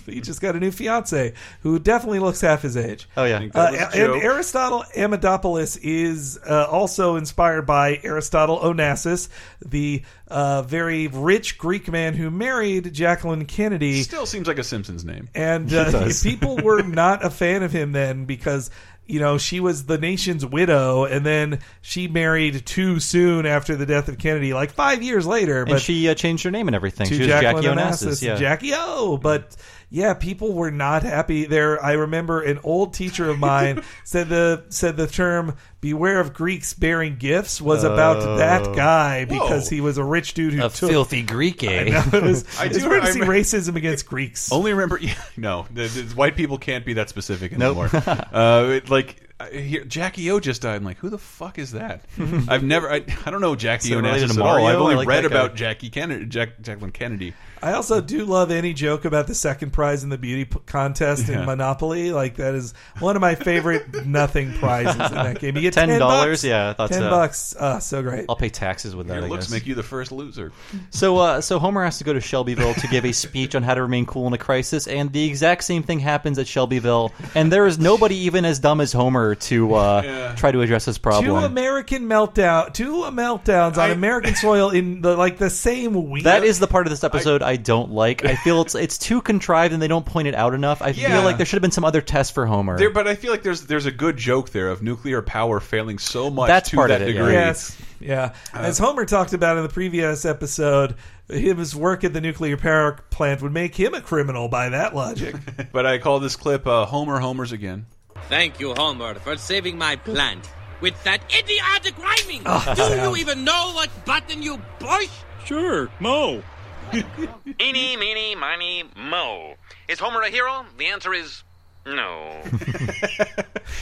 Speaker 4: he just got a new fiance who definitely looks half his age.
Speaker 1: Oh yeah.
Speaker 4: Uh, and Aristotle Amidopoulos is uh, also inspired by Aristotle Onassis, the uh, very rich Greek man who married Jacqueline Kennedy.
Speaker 3: Still seems like a Simpsons name.
Speaker 4: And
Speaker 3: It
Speaker 4: uh,
Speaker 3: does.
Speaker 4: people were not a fan of him then because you know she was the nation's widow, and then she married too soon after the death of Kennedy, like five years later.
Speaker 1: and
Speaker 4: But
Speaker 1: she uh, changed her name and everything.
Speaker 4: to
Speaker 1: She was
Speaker 4: Jacqueline
Speaker 1: Jackie
Speaker 4: Onassis,
Speaker 1: Onassis. Yeah.
Speaker 4: Jackie O. But yeah, people were not happy there. I remember an old teacher of mine said the said the term "beware of Greeks bearing gifts" was
Speaker 1: Oh.
Speaker 4: about that guy
Speaker 1: Whoa.
Speaker 4: because he was a rich dude who
Speaker 1: a
Speaker 4: took
Speaker 1: filthy Greek, eh?
Speaker 4: I know, it was,
Speaker 3: I
Speaker 4: it's
Speaker 3: do-
Speaker 4: weird to
Speaker 3: I
Speaker 4: see
Speaker 3: remember-
Speaker 4: racism against Greeks.
Speaker 3: Only remember, yeah, no, the, the white people can't be that specific anymore. uh, it, like I hear Jackie O just died. I'm like, who the fuck is that? I've never, I, I don't know Jackie
Speaker 1: Is it
Speaker 3: O
Speaker 1: related
Speaker 3: Onassis
Speaker 1: to
Speaker 3: at all.
Speaker 1: Mario?
Speaker 3: I've only
Speaker 1: I like
Speaker 3: read
Speaker 1: that guy.
Speaker 3: about Jackie Kennedy, Jack, Jacqueline Kennedy.
Speaker 4: I also do love any joke about the second prize in the beauty p- contest
Speaker 3: Yeah.
Speaker 4: in Monopoly. Like that is one of my favorite nothing prizes in that game. You get ten
Speaker 1: dollars.
Speaker 4: bucks.
Speaker 1: Yeah, I thought
Speaker 4: ten
Speaker 1: so.
Speaker 4: bucks. Ah, so great.
Speaker 1: I'll pay taxes with that.
Speaker 3: Your
Speaker 1: I
Speaker 3: looks
Speaker 1: guess.
Speaker 3: make you the first loser.
Speaker 1: So, uh, so Homer has to go to Shelbyville to give a speech on how to remain cool in a crisis, and the exact same thing happens at Shelbyville, and there is nobody even as dumb as Homer to uh, try to address this
Speaker 4: Two
Speaker 1: problem.
Speaker 4: American meltdown, two meltdowns on American soil in the like the same week.
Speaker 1: that is the part of this episode I, don't like. I feel it's it's too contrived, and they don't point it out enough. I
Speaker 3: Yeah.
Speaker 1: feel like there should have been some other test for Homer.
Speaker 3: There, but I feel like there's there's a good joke there of nuclear power failing so much
Speaker 1: That's
Speaker 3: to
Speaker 1: part
Speaker 3: that
Speaker 1: of it, yeah.
Speaker 3: degree.
Speaker 4: Yes. Yeah. As Homer talked about in the previous episode, his work at the nuclear power plant would make him a criminal by that logic.
Speaker 3: But I call this clip uh, Homer Homers again.
Speaker 13: Thank you, Homer, for saving my plant with that idiotic rhyming.
Speaker 3: Oh,
Speaker 13: Do
Speaker 3: sound.
Speaker 13: you even know what button you push?
Speaker 5: Sure, Mo.
Speaker 7: Eeny, meeny, miny, mo. Is Homer a hero? The answer is no.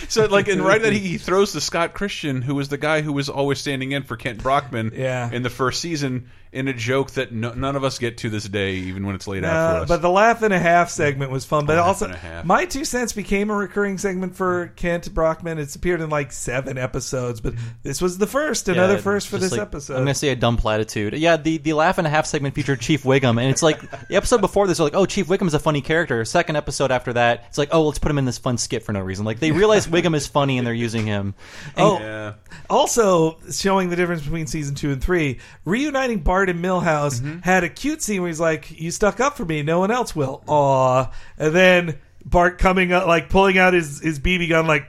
Speaker 3: So like, and right that he, he throws the Scott Christian, who was the guy who was always standing in for Kent Brockman,
Speaker 4: Yeah.
Speaker 3: in the first season, in a joke that no, none of us get to this day, even when it's laid out for
Speaker 4: Uh,
Speaker 3: us.
Speaker 4: but the laugh and a half segment was fun. But
Speaker 3: Laugh
Speaker 4: also,
Speaker 3: and a half.
Speaker 4: my two cents became a recurring segment for Kent Brockman. It's appeared in like seven episodes, but this was the first, another
Speaker 1: Yeah,
Speaker 4: first for
Speaker 1: just
Speaker 4: this
Speaker 1: like-
Speaker 4: episode.
Speaker 1: I'm gonna say a dumb platitude. Yeah, the the laugh and a half segment featured Chief Wiggum, and it's like the episode before this, they're like, oh, Chief Wiggum's a funny character. Second episode after that, it's like, oh, let's put him in this fun skit for no reason. Like they realize Wiggum is funny and they're using him. And-
Speaker 4: Oh, also showing the difference between season two and three. Reuniting Bart and
Speaker 1: Mm-hmm.
Speaker 4: Milhouse had a cute scene where he's like, "You stuck up for me, no one else will." Aw, and then Bart coming up, like pulling out his, his BB gun, like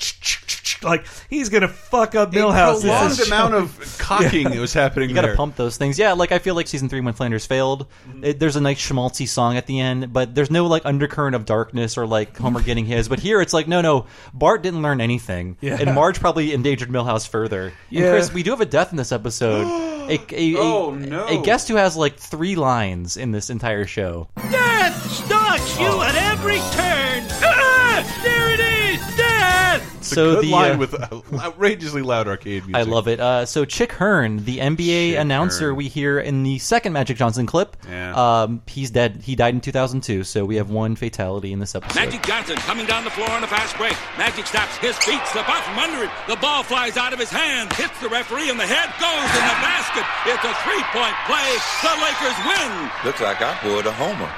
Speaker 4: like he's gonna fuck up Millhouse.
Speaker 3: prolonged amount of cocking
Speaker 1: Yeah.
Speaker 3: that was happening
Speaker 1: You gotta
Speaker 3: there.
Speaker 1: pump those things. Yeah, like I feel like season three when Flanders failed, it, there's a nice schmaltzy song at the end, but there's no like undercurrent of darkness or like Homer getting his. But here it's like, no, no, Bart didn't learn anything,
Speaker 4: Yeah.
Speaker 1: and Marge probably endangered Millhouse further.
Speaker 4: Yeah.
Speaker 1: And Chris, we do have a death in this episode. a, a, a-
Speaker 3: Oh, no.
Speaker 1: a guest who has like three lines in this entire show.
Speaker 5: Death stalks
Speaker 1: Oh.
Speaker 5: you at every turn. Ah, there it is, death.
Speaker 3: It's a
Speaker 1: so
Speaker 3: good
Speaker 1: the,
Speaker 3: line
Speaker 1: uh,
Speaker 3: with uh, outrageously loud arcade music.
Speaker 1: I love it. Uh, so Chick Hearn, the NBA announcer we hear in the second Magic Johnson clip, um, he's dead. He died in 2002. So we have one fatality in this episode.
Speaker 16: Magic Johnson coming down the floor on a fast break. Magic stops. His feet slip out from under him. The ball flies out of his hands, hits the referee in the head, goes in the basket. It's a three-point play. The Lakers win.
Speaker 14: Looks like I pulled a homer.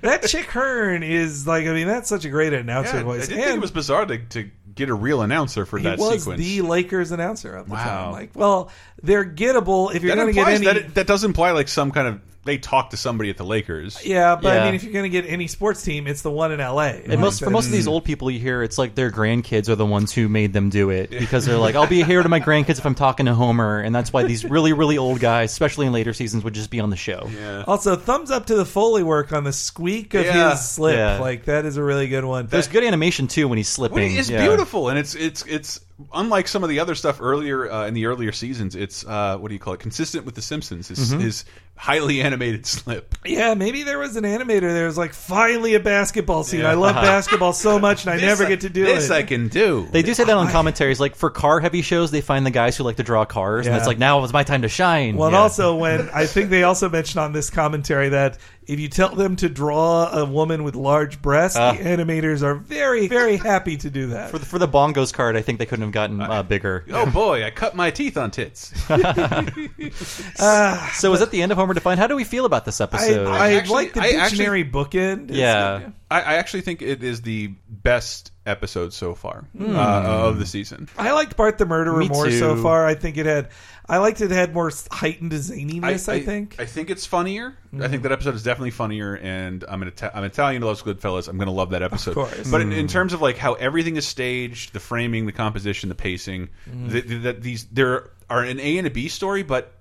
Speaker 4: that Chick Hearn is like, I mean, that's such a great announcer
Speaker 3: Yeah, I
Speaker 4: voice.
Speaker 3: did think it was bizarre to, to get a real announcer for
Speaker 4: he
Speaker 3: that
Speaker 4: was
Speaker 3: sequence.
Speaker 4: the Lakers announcer at the time.
Speaker 3: Wow.
Speaker 4: Like, well, they're gettable if you're
Speaker 3: that
Speaker 4: going to get
Speaker 3: implies
Speaker 4: any.
Speaker 3: that it- that does imply like some kind of they talk to somebody at the Lakers.
Speaker 4: yeah, but I mean, if you're going to get any sports team, it's the one in LA.
Speaker 1: And most for most of
Speaker 3: Hmm.
Speaker 1: these old people you hear, it's like their grandkids are the ones who made them do it because they're like, "I'll be here to my grandkids if I'm talking to Homer," and that's why these really really old guys, especially in later seasons, would just be on the show.
Speaker 3: Yeah.
Speaker 4: Also, thumbs up to the Foley work on the squeak of
Speaker 3: Yeah.
Speaker 4: his slip.
Speaker 1: Yeah.
Speaker 4: Like that is a really good one.
Speaker 1: There's good animation too when he's
Speaker 3: Well,
Speaker 1: slipping.
Speaker 3: it's
Speaker 1: Yeah.
Speaker 3: beautiful, and it's it's it's unlike some of the other stuff earlier uh, in the earlier seasons. It's uh, what do you call it? Consistent with the Simpsons. His,
Speaker 4: Mhm.
Speaker 3: his highly animated slip.
Speaker 4: Yeah, maybe there was an animator there. was like finally a basketball scene.
Speaker 3: Yeah.
Speaker 4: I
Speaker 1: Uh-huh.
Speaker 4: love basketball so much, and I
Speaker 3: This
Speaker 4: never
Speaker 3: I-
Speaker 4: get to do
Speaker 3: this
Speaker 4: it.
Speaker 3: I can do.
Speaker 1: They do say that on commentaries. Like for car heavy shows, they find the guys who like to draw cars,
Speaker 4: Yeah.
Speaker 1: and it's like now it's my time to shine.
Speaker 4: Well, and
Speaker 1: Yeah.
Speaker 4: also when I think they also mentioned on this commentary that if you tell them to draw a woman with large breasts,
Speaker 1: Ah.
Speaker 4: the animators are very, very happy to do that.
Speaker 1: for the, for the bongos card, I think they couldn't have gotten uh, bigger.
Speaker 3: Oh boy, I cut my teeth on tits.
Speaker 1: so is that the end of Homer Defined? How do we feel about this episode?
Speaker 4: Ah, I like the dictionary bookend. It's-
Speaker 1: Yeah.
Speaker 3: I, I actually think it is the best episode so far
Speaker 4: Hmm.
Speaker 3: uh, of the season.
Speaker 4: I liked Bart the Murderer
Speaker 3: Me
Speaker 4: more so
Speaker 3: too.
Speaker 4: far. I think it had, I liked it had more heightened zaniness. I, think.
Speaker 3: I think it's funnier. I
Speaker 4: Mhm.
Speaker 3: think that episode is definitely funnier, and I'm an Ita- I'm Italian. Loves Goodfellas. I'm going to love that episode.
Speaker 4: course.
Speaker 3: But in,
Speaker 4: Mm.
Speaker 3: in terms of like how everything is staged, the framing, the composition, the pacing,
Speaker 4: Mm.
Speaker 3: th th- that these there are an A and a B story, but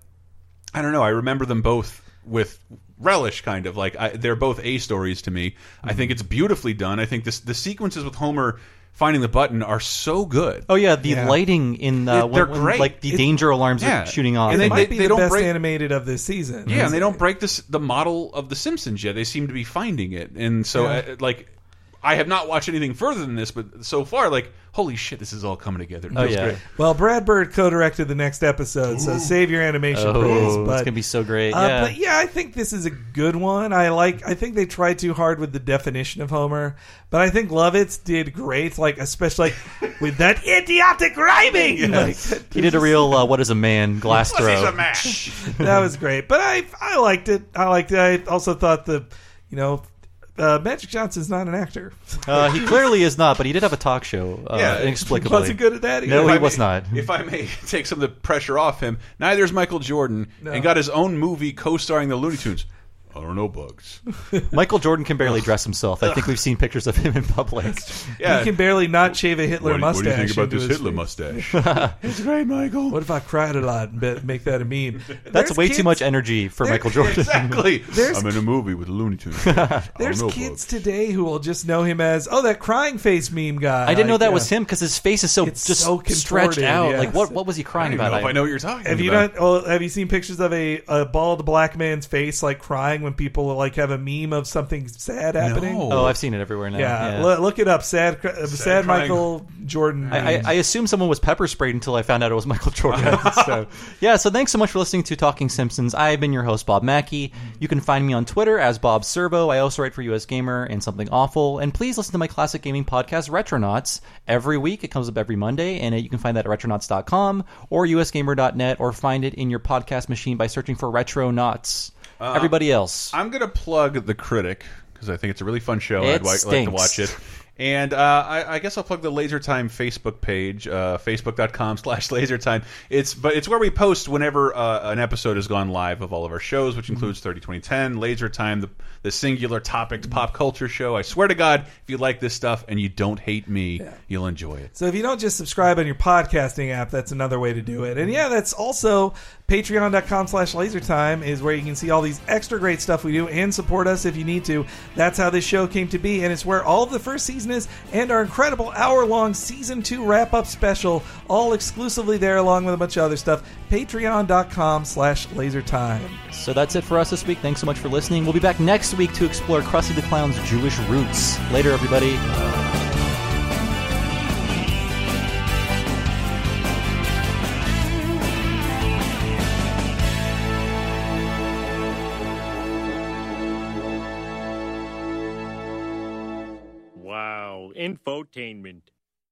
Speaker 3: I don't know. I remember them both with relish, kind of like I, they're both A stories to me. I
Speaker 4: Mm-hmm.
Speaker 3: think it's beautifully done. I think this the sequences with Homer finding the button are so good.
Speaker 1: Oh yeah, the lighting in
Speaker 3: Yeah,
Speaker 1: uh, when-
Speaker 3: they're
Speaker 1: when,
Speaker 3: great.
Speaker 1: like the
Speaker 3: It-
Speaker 1: danger alarms
Speaker 3: yeah.
Speaker 1: are shooting off.
Speaker 3: And they-
Speaker 4: it might
Speaker 3: they-
Speaker 4: be
Speaker 3: they
Speaker 4: the
Speaker 3: don't
Speaker 4: best
Speaker 3: break-
Speaker 4: animated of this season.
Speaker 3: Yeah, and they don't break this the model of the Simpsons yet. They seem to be finding it, and so
Speaker 4: Yeah.
Speaker 3: uh, like I have not watched anything further than this, but so far, like holy shit, this is all coming together.
Speaker 4: Oh,
Speaker 3: It feels great.
Speaker 4: Well, Brad Bird co-directed the next episode, so save your animation
Speaker 1: Oh, it's
Speaker 4: praise. But,
Speaker 1: gonna be so great,
Speaker 4: Uh,
Speaker 1: yeah.
Speaker 4: But yeah, I think this is a good one. I like. I think they tried too hard with the definition of Homer, but I think Lovitz did great. Like especially like, with that idiotic rhyming.
Speaker 1: Yes.
Speaker 4: Like,
Speaker 1: he did a real uh, "What is a man?" glass
Speaker 4: What is
Speaker 1: throw.
Speaker 4: a man? that was great. But I I liked it. I liked it. I also thought the, you know, uh, Magic Johnson's not an actor.
Speaker 1: Uh, he clearly is not, but he did have a talk show. Uh,
Speaker 3: Yeah,
Speaker 1: inexplicably.
Speaker 4: he wasn't good at that
Speaker 1: No,
Speaker 3: If
Speaker 1: he
Speaker 3: I may-
Speaker 1: was not.
Speaker 3: If I may take some of the pressure off him, neither is Michael Jordan,
Speaker 4: No.
Speaker 3: and got his own movie co-starring the Looney Tunes. I don't know, bugs.
Speaker 1: Michael Jordan can barely dress himself. I think we've seen pictures of him in public.
Speaker 4: He can barely not shave a Hitler
Speaker 3: What do you- what
Speaker 4: mustache.
Speaker 3: do you think about
Speaker 4: into
Speaker 3: this
Speaker 4: his
Speaker 3: Hitler
Speaker 4: face.
Speaker 3: mustache?
Speaker 4: it's
Speaker 3: great, Michael.
Speaker 4: What if I cried a lot and bet, make that a meme?
Speaker 1: That's
Speaker 4: There's
Speaker 1: way
Speaker 4: kids-
Speaker 1: too much energy for
Speaker 4: there-
Speaker 1: Michael Jordan.
Speaker 4: exactly. There's-
Speaker 3: I'm in a movie with the Looney Tunes.
Speaker 4: There's
Speaker 3: know,
Speaker 4: kids today who will just know him as oh that crying face meme guy.
Speaker 1: I didn't know
Speaker 4: Like,
Speaker 1: that
Speaker 4: yeah.
Speaker 1: was him because his face is so just
Speaker 4: so
Speaker 1: stretched
Speaker 4: contorted,
Speaker 1: out.
Speaker 4: yes.
Speaker 1: Like what? What was he crying about?
Speaker 4: Have you not? Oh, have you seen pictures of a, a bald black man's face like crying when people like have a meme of something sad happening?
Speaker 1: Oh, I've seen it everywhere now.
Speaker 4: Yeah,
Speaker 1: Yeah.
Speaker 4: lo- look it up. Sad, cr- sad, sad
Speaker 1: crying.
Speaker 4: Michael Jordan.
Speaker 1: I, I,
Speaker 4: memes.
Speaker 1: I assume someone was pepper sprayed until I found out it was Michael Jordan. so, yeah, so thanks so much for listening to Talking Simpsons. I've been your host, Bob Mackey. You can find me on Twitter as Bob Servo. I also write for US Gamer and Something Awful. And please listen to my classic gaming podcast, Retronauts, every week. It comes up every Monday, and uh, you can find that at retronauts.com or usgamer.net or find it in your podcast machine by searching for Retronauts.
Speaker 3: Uh,
Speaker 1: Everybody else.
Speaker 3: I'm going to plug The Critic because I think it's a really fun show. and
Speaker 1: It
Speaker 3: I'd like- like to
Speaker 1: stinks.
Speaker 3: watch it. And uh, I, I guess I'll plug the Laser Time Facebook page, uh, facebook.com slash lasertime. It's, but it's where we post whenever uh, an episode has gone live of all of our shows, which includes
Speaker 1: Mm-hmm.
Speaker 3: 30, 20, 10, Laser Time, the, the singular topic pop culture show. I swear to God, if you like this stuff and you don't hate me, you'll enjoy it.
Speaker 4: So if you don't just subscribe on your podcasting app, that's another way to do it. And yeah, that's also patreon.com slash lasertime is where you can see all these extra great stuff we do and support us if you need to. That's how this show came to be, and it's where all of the first season is and our incredible hour-long season two wrap-up special, all exclusively there along with a bunch of other stuff. Patreon.com slash lasertime.
Speaker 1: So that's it for us this week. Thanks so much for listening. We'll be back next week to explore Krusty the Clown's Jewish roots. Later, everybody.
Speaker 15: Wow, infotainment.